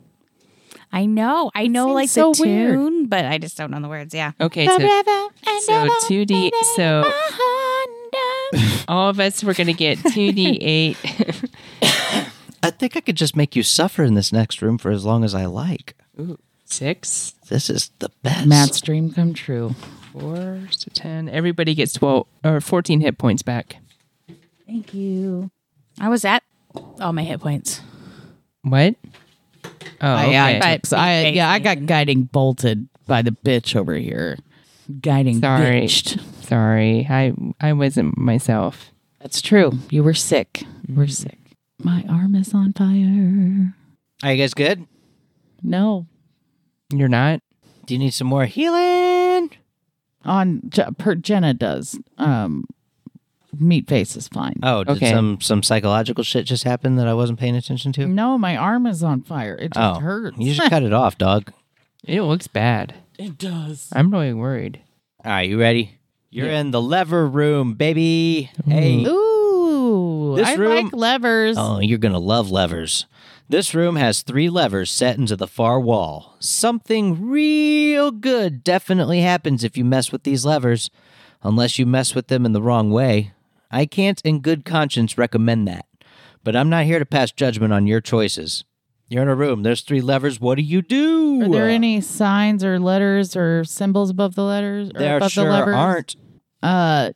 [SPEAKER 6] I know. I know
[SPEAKER 3] Seems
[SPEAKER 6] like
[SPEAKER 3] so
[SPEAKER 6] the
[SPEAKER 3] weird.
[SPEAKER 6] tune, but I just don't know the words. Yeah.
[SPEAKER 5] okay, so
[SPEAKER 3] Forever and
[SPEAKER 5] so
[SPEAKER 3] ever
[SPEAKER 5] two D.
[SPEAKER 3] and ever.
[SPEAKER 5] So all of us were gonna get two D eight. [laughs]
[SPEAKER 1] I think I could just make you suffer in this next room for as long as I like.
[SPEAKER 5] Six.
[SPEAKER 1] This is the best.
[SPEAKER 3] Matt's dream come true.
[SPEAKER 5] Four to ten. Everybody gets twelve or fourteen hit points back.
[SPEAKER 3] Thank you.
[SPEAKER 6] I was at all my hit points.
[SPEAKER 5] What? Oh, okay.
[SPEAKER 3] I, I,
[SPEAKER 6] But
[SPEAKER 3] took- I-
[SPEAKER 6] big
[SPEAKER 3] yeah, I got guiding bolted by the bitch over here. Guiding
[SPEAKER 5] Sorry.
[SPEAKER 3] bitched.
[SPEAKER 5] Sorry, I I wasn't myself.
[SPEAKER 3] That's true. You were sick. We're sick. My arm is on fire.
[SPEAKER 1] Are you guys good?
[SPEAKER 3] No,
[SPEAKER 5] You're not.
[SPEAKER 1] Do you need some more healing?
[SPEAKER 3] on J- per Jenna does. Um, meat face is fine.
[SPEAKER 1] Oh, did
[SPEAKER 5] Okay.
[SPEAKER 1] some some psychological shit just happen that I wasn't paying attention
[SPEAKER 5] Mm,
[SPEAKER 1] to?
[SPEAKER 3] no, my arm is on fire. It just
[SPEAKER 1] oh,
[SPEAKER 3] hurts.
[SPEAKER 5] [laughs]
[SPEAKER 1] you just cut it off, dog.
[SPEAKER 5] It looks bad.
[SPEAKER 3] it does.
[SPEAKER 5] I'm really worried.
[SPEAKER 1] All right, you ready? You're in the lever room, baby. Hey.
[SPEAKER 3] Ooh,
[SPEAKER 1] This
[SPEAKER 3] I
[SPEAKER 1] room-
[SPEAKER 3] like levers.
[SPEAKER 1] Oh, you're going to love levers. This room has three levers set into the far wall. Something real good definitely happens if you mess with these levers, unless you mess with them in the wrong way. I can't, in good conscience, recommend that. But I'm not here to pass judgment on your choices. You're in a room, there's three levers. What do you do?
[SPEAKER 3] Are there any signs or letters or symbols above the letters? Or
[SPEAKER 1] There
[SPEAKER 3] above
[SPEAKER 1] sure
[SPEAKER 3] the levers?
[SPEAKER 1] aren't.
[SPEAKER 3] Uh,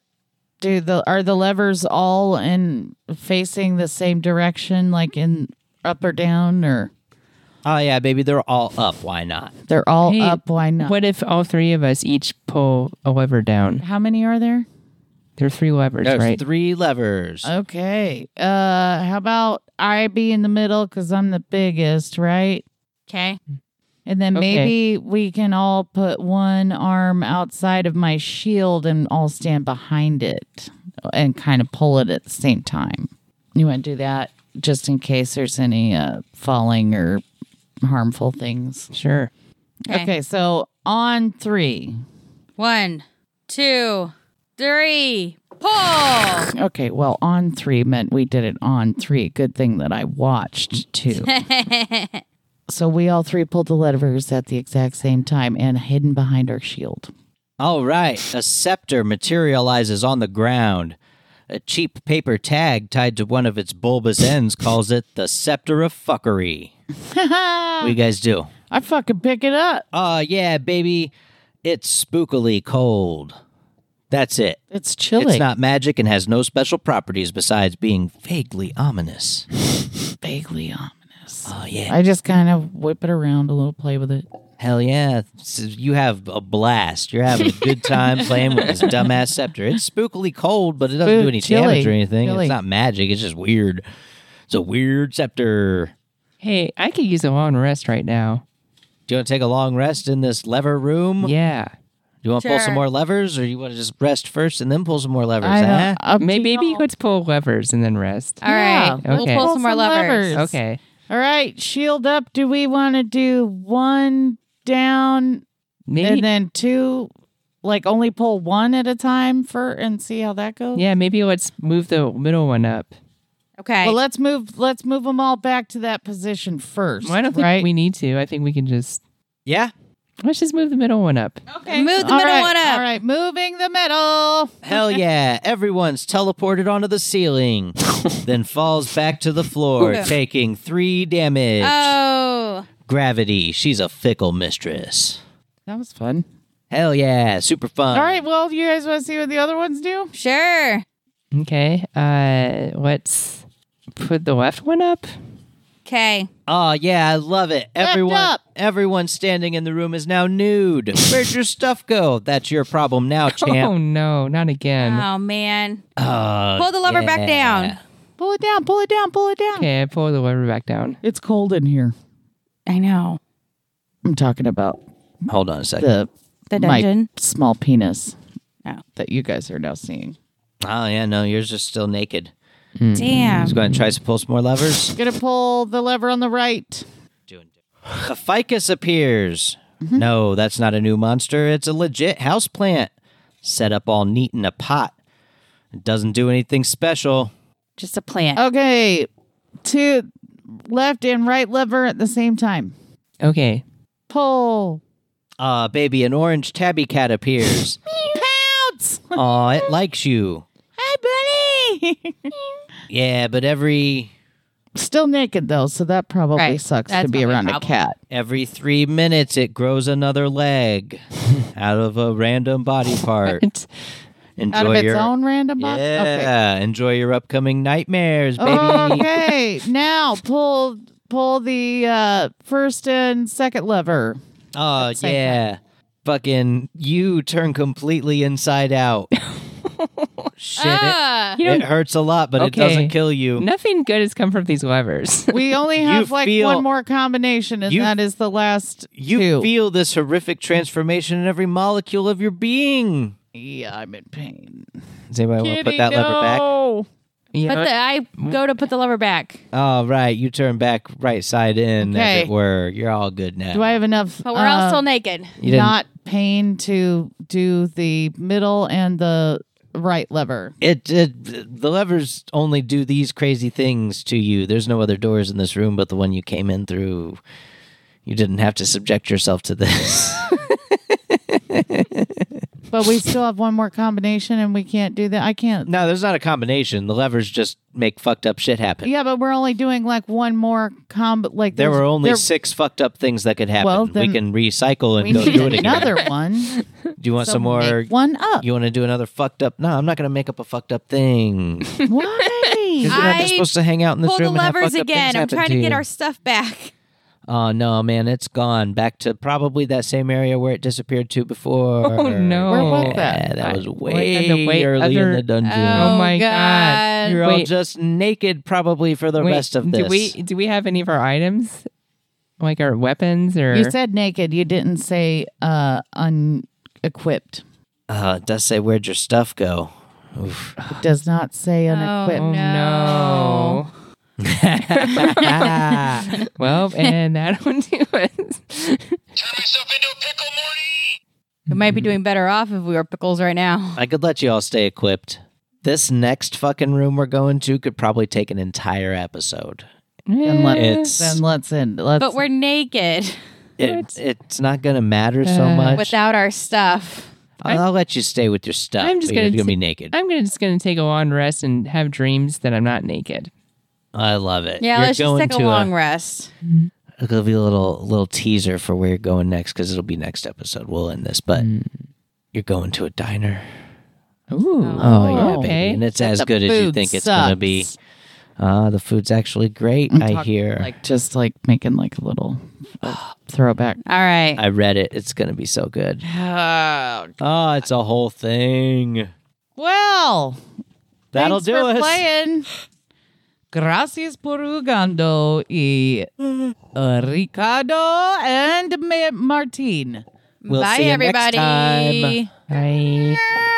[SPEAKER 3] do the are the levers all in facing the same direction, like in up or down, or
[SPEAKER 1] Oh, yeah, baby, they're all up. Why not?
[SPEAKER 3] they're all
[SPEAKER 5] Hey,
[SPEAKER 3] up? Why not?
[SPEAKER 5] What if all three of us each pull a lever down?
[SPEAKER 3] How many are there?
[SPEAKER 5] There are three levers,
[SPEAKER 1] There's
[SPEAKER 5] right?
[SPEAKER 1] three levers.
[SPEAKER 3] Okay. Uh, how about I be in the middle because I'm the biggest, right?
[SPEAKER 6] Okay.
[SPEAKER 3] And then
[SPEAKER 5] Okay.
[SPEAKER 3] maybe we can all put one arm outside of my shield and all stand behind it and kind of pull it at the same time. You want to do that just in case there's any uh, falling or harmful things.
[SPEAKER 5] Sure.
[SPEAKER 3] Okay. so on three.
[SPEAKER 6] One, two, three, pull.
[SPEAKER 3] Okay, well, on three meant we did it on three. Good thing that I watched too. so we all three pulled the levers at the exact same time and hidden behind our shield.
[SPEAKER 1] All right, a scepter materializes on the ground. A cheap paper tag tied to one of its bulbous ends calls it the Scepter of [laughs] Fuckery. what you guys do?
[SPEAKER 3] I fucking pick it up.
[SPEAKER 1] Oh, yeah, baby. It's spookily cold. That's it.
[SPEAKER 3] It's chilly.
[SPEAKER 1] It's not magic and has no special properties besides being vaguely ominous.
[SPEAKER 3] vaguely ominous.
[SPEAKER 1] Oh, yeah.
[SPEAKER 3] I just kind of whip it around a little, play with it.
[SPEAKER 1] Hell yeah. S- You have a blast. You're having a good time playing
[SPEAKER 3] [laughs]
[SPEAKER 1] with this dumbass scepter. It's spookily cold, but it doesn't
[SPEAKER 3] Spook-
[SPEAKER 1] do any
[SPEAKER 3] chilly,
[SPEAKER 1] damage or anything.
[SPEAKER 3] chilly.
[SPEAKER 1] It's not magic. It's just weird. It's a weird scepter.
[SPEAKER 5] Hey, I could use a long rest right now.
[SPEAKER 1] Do you want to take a long rest in this lever room?
[SPEAKER 5] Yeah.
[SPEAKER 1] Do you want to pull some
[SPEAKER 6] Sure.
[SPEAKER 1] more levers or you want to just rest first and then pull some more levers?
[SPEAKER 3] I don't-
[SPEAKER 1] huh?
[SPEAKER 3] up to
[SPEAKER 5] Maybe, maybe
[SPEAKER 3] y'all.
[SPEAKER 5] let's pull levers and then rest.
[SPEAKER 6] All
[SPEAKER 3] Yeah,
[SPEAKER 6] right.
[SPEAKER 5] we'll
[SPEAKER 6] We'll
[SPEAKER 5] Okay.
[SPEAKER 6] pull some more levers.
[SPEAKER 5] Okay.
[SPEAKER 3] All right, shield up. Do we want to do one down
[SPEAKER 5] Maybe
[SPEAKER 3] and then two? Like only pull one at a time for and see how that goes.
[SPEAKER 5] Yeah, maybe let's move the middle one up.
[SPEAKER 6] Okay.
[SPEAKER 3] Well, let's move. Let's move them all back to that position first.
[SPEAKER 5] Well, I don't think
[SPEAKER 3] right?
[SPEAKER 5] we need to. I think we can just
[SPEAKER 1] Yeah.
[SPEAKER 5] let's just move the middle one up.
[SPEAKER 6] okay. Move the
[SPEAKER 3] All
[SPEAKER 6] middle
[SPEAKER 3] right,
[SPEAKER 6] one
[SPEAKER 3] All
[SPEAKER 6] up.
[SPEAKER 3] right, moving the middle. [laughs]
[SPEAKER 1] Hell yeah. Everyone's teleported onto the ceiling, then falls back to the floor, taking three damage.
[SPEAKER 6] Oh.
[SPEAKER 1] Gravity. She's a fickle mistress.
[SPEAKER 3] That was fun.
[SPEAKER 1] Hell yeah, super fun.
[SPEAKER 3] All right. Well, if you guys want to see what the other ones do,
[SPEAKER 6] Sure.
[SPEAKER 5] Okay. Uh let's put the left one up.
[SPEAKER 6] Okay.
[SPEAKER 1] Oh yeah, I love it. Everyone
[SPEAKER 3] up.
[SPEAKER 1] everyone standing in the room is now nude. Where'd your stuff go? That's your
[SPEAKER 3] [laughs]
[SPEAKER 1] problem now,
[SPEAKER 5] Oh
[SPEAKER 1] champ.
[SPEAKER 5] no, not again.
[SPEAKER 6] Oh man.
[SPEAKER 1] Oh,
[SPEAKER 6] Pull the lever back
[SPEAKER 1] yeah.
[SPEAKER 6] down.
[SPEAKER 3] pull it down. Pull it down. Pull it down.
[SPEAKER 5] Okay, I pull the lever back down.
[SPEAKER 3] It's cold in here.
[SPEAKER 6] I know.
[SPEAKER 3] I'm talking about
[SPEAKER 1] Hold on a second.
[SPEAKER 3] the
[SPEAKER 6] The
[SPEAKER 3] my
[SPEAKER 6] dungeon.
[SPEAKER 3] small penis
[SPEAKER 6] Oh.
[SPEAKER 3] that you guys are now seeing.
[SPEAKER 1] Oh yeah, no, yours is still naked.
[SPEAKER 6] Mm-hmm. Damn.
[SPEAKER 1] He's going to try to pull some more levers.
[SPEAKER 3] Gonna pull the lever on the right.
[SPEAKER 1] a ficus appears.
[SPEAKER 3] Mm-hmm.
[SPEAKER 1] No, that's not a new monster. It's a legit houseplant. Set up all neat in a pot. It doesn't do anything special.
[SPEAKER 6] Just a plant.
[SPEAKER 3] Okay, two left and right lever at the same time.
[SPEAKER 5] Okay.
[SPEAKER 3] Pull.
[SPEAKER 1] Ah, baby, an orange tabby
[SPEAKER 3] [laughs]
[SPEAKER 1] cat appears.
[SPEAKER 3] Pounce.
[SPEAKER 1] Aw, it likes you.
[SPEAKER 3] Hi, buddy. [laughs]
[SPEAKER 1] Yeah, but every
[SPEAKER 3] Still naked though, so that probably
[SPEAKER 6] Right.
[SPEAKER 3] sucks to
[SPEAKER 6] That's
[SPEAKER 3] be
[SPEAKER 6] probably a
[SPEAKER 3] around a
[SPEAKER 6] problem.
[SPEAKER 3] cat.
[SPEAKER 1] Every three minutes, it grows
[SPEAKER 3] [laughs]
[SPEAKER 1] another leg out of a random body part.
[SPEAKER 5] It's-
[SPEAKER 1] Enjoy
[SPEAKER 3] Out of its
[SPEAKER 1] your
[SPEAKER 3] own random box? Okay. Oh,
[SPEAKER 1] yeah. Enjoy your upcoming nightmares, baby.
[SPEAKER 3] Okay. now pull pull the uh first and second lever.
[SPEAKER 1] Oh yeah. Fucking you turn completely
[SPEAKER 3] [laughs]
[SPEAKER 1] inside out. Shit,
[SPEAKER 6] Ah.
[SPEAKER 1] it, it hurts a lot, but it
[SPEAKER 5] Okay.
[SPEAKER 1] doesn't kill you.
[SPEAKER 5] nothing good has come from these levers.
[SPEAKER 1] [laughs]
[SPEAKER 3] We only have like
[SPEAKER 1] feel-
[SPEAKER 3] one more combination, and
[SPEAKER 1] you-
[SPEAKER 3] that is the last
[SPEAKER 1] You
[SPEAKER 3] two.
[SPEAKER 1] feel this horrific transformation in every molecule of your being.
[SPEAKER 3] yeah, I'm in pain.
[SPEAKER 1] Does anybody want to Oh, put that lever back?
[SPEAKER 5] You know
[SPEAKER 6] But the, I go to put the lever back.
[SPEAKER 1] All Oh, right, you turn back right side in, as
[SPEAKER 3] Okay.
[SPEAKER 1] it were. You're all good now.
[SPEAKER 3] Do I have enough? um,
[SPEAKER 6] But we're all still naked.
[SPEAKER 1] You didn't-
[SPEAKER 3] not pain to do the middle and the right lever.
[SPEAKER 1] It, it the levers only do these crazy things to you. There's no other doors in this room but the one you came in through. You didn't have to subject yourself to this. [laughs]
[SPEAKER 3] But we still have one more combination, and we can't do that. I can't.
[SPEAKER 1] no, there's not a combination. The levers just make fucked up shit happen.
[SPEAKER 3] Yeah, but we're only doing like one more comb. Like
[SPEAKER 1] There
[SPEAKER 3] there's-
[SPEAKER 1] were only
[SPEAKER 3] there-
[SPEAKER 1] six fucked up things that could happen.
[SPEAKER 3] Well,
[SPEAKER 1] we
[SPEAKER 3] then
[SPEAKER 1] can recycle and
[SPEAKER 3] We
[SPEAKER 1] go
[SPEAKER 3] need
[SPEAKER 1] do it again. [laughs]
[SPEAKER 3] another one.
[SPEAKER 1] Do you want
[SPEAKER 3] So
[SPEAKER 1] some more?
[SPEAKER 3] make one up.
[SPEAKER 1] You want to do another fucked up? No, I'm not going to make up a fucked up
[SPEAKER 3] [laughs]
[SPEAKER 1] thing. You're [laughs]
[SPEAKER 3] Why?
[SPEAKER 1] not
[SPEAKER 6] I
[SPEAKER 1] just supposed to hang out in this
[SPEAKER 6] Pull the
[SPEAKER 1] room and have fucked
[SPEAKER 6] levers
[SPEAKER 1] up things
[SPEAKER 6] again. I'm
[SPEAKER 1] happen
[SPEAKER 6] trying to get
[SPEAKER 1] you.
[SPEAKER 6] our stuff back.
[SPEAKER 1] Oh no, man, it's gone back to probably that same area where it disappeared to before.
[SPEAKER 5] Oh, no.
[SPEAKER 3] Where was
[SPEAKER 1] Yeah,
[SPEAKER 3] that?
[SPEAKER 1] that was
[SPEAKER 5] had
[SPEAKER 1] way
[SPEAKER 5] to wait
[SPEAKER 1] early in
[SPEAKER 5] other-
[SPEAKER 1] the dungeon.
[SPEAKER 5] Oh, my God.
[SPEAKER 1] You're all
[SPEAKER 5] wait.
[SPEAKER 1] just naked, probably for the
[SPEAKER 5] Wait,
[SPEAKER 1] rest of this.
[SPEAKER 5] Do we do we have any of our items, like our weapons or?
[SPEAKER 3] You said naked. You didn't say uh, unequipped.
[SPEAKER 1] Uh, it does say where'd your stuff go?
[SPEAKER 3] It does not say unequipped.
[SPEAKER 5] oh no.
[SPEAKER 1] [laughs]
[SPEAKER 5] [laughs]
[SPEAKER 1] Ah,
[SPEAKER 3] [laughs]
[SPEAKER 5] Well, and that one too. Was...
[SPEAKER 4] Turn myself into a pickle, Morty!
[SPEAKER 6] We might be doing better off if we were pickles right now.
[SPEAKER 1] I could let you all stay equipped. This next fucking room we're going to could probably take an entire episode.
[SPEAKER 3] Then, let,
[SPEAKER 1] It's-
[SPEAKER 3] then let's end. Let's
[SPEAKER 6] But we're [laughs] naked
[SPEAKER 1] It, it's not gonna matter so
[SPEAKER 5] Uh,
[SPEAKER 1] much.
[SPEAKER 6] without our stuff.
[SPEAKER 1] I'll, I'll let you stay with your stuff.
[SPEAKER 5] I'm just
[SPEAKER 1] but you're
[SPEAKER 5] gonna
[SPEAKER 1] gonna be
[SPEAKER 5] t-
[SPEAKER 1] naked.
[SPEAKER 5] I'm gonna just gonna take a long rest and have dreams that I'm not naked.
[SPEAKER 1] I love it.
[SPEAKER 6] Yeah,
[SPEAKER 1] You're
[SPEAKER 6] let's just
[SPEAKER 1] going
[SPEAKER 6] take a
[SPEAKER 1] to
[SPEAKER 6] long rest.
[SPEAKER 1] It'll be a little little teaser for where you're going next because it'll be next episode. We'll end this, but you're going to a diner.
[SPEAKER 5] Ooh.
[SPEAKER 1] Oh, yeah,
[SPEAKER 5] okay.
[SPEAKER 1] baby, and it's as
[SPEAKER 3] the
[SPEAKER 1] good as you
[SPEAKER 3] food
[SPEAKER 1] think it's gonna be.
[SPEAKER 3] sucks.
[SPEAKER 1] Ah, the food's actually great. I hear.
[SPEAKER 3] like just like making like a little [gasps] uh, throwback.
[SPEAKER 6] All right.
[SPEAKER 1] I read it. It's gonna be so good. Oh, it's a whole thing.
[SPEAKER 3] well,
[SPEAKER 1] That'll
[SPEAKER 3] thanks
[SPEAKER 1] do
[SPEAKER 3] for
[SPEAKER 1] us.
[SPEAKER 3] Playing. Gracias por jugando y uh, Ricardo and Ma- Martin.
[SPEAKER 1] We'll
[SPEAKER 6] Bye,
[SPEAKER 1] see you next
[SPEAKER 6] everybody.
[SPEAKER 1] time.
[SPEAKER 5] Bye.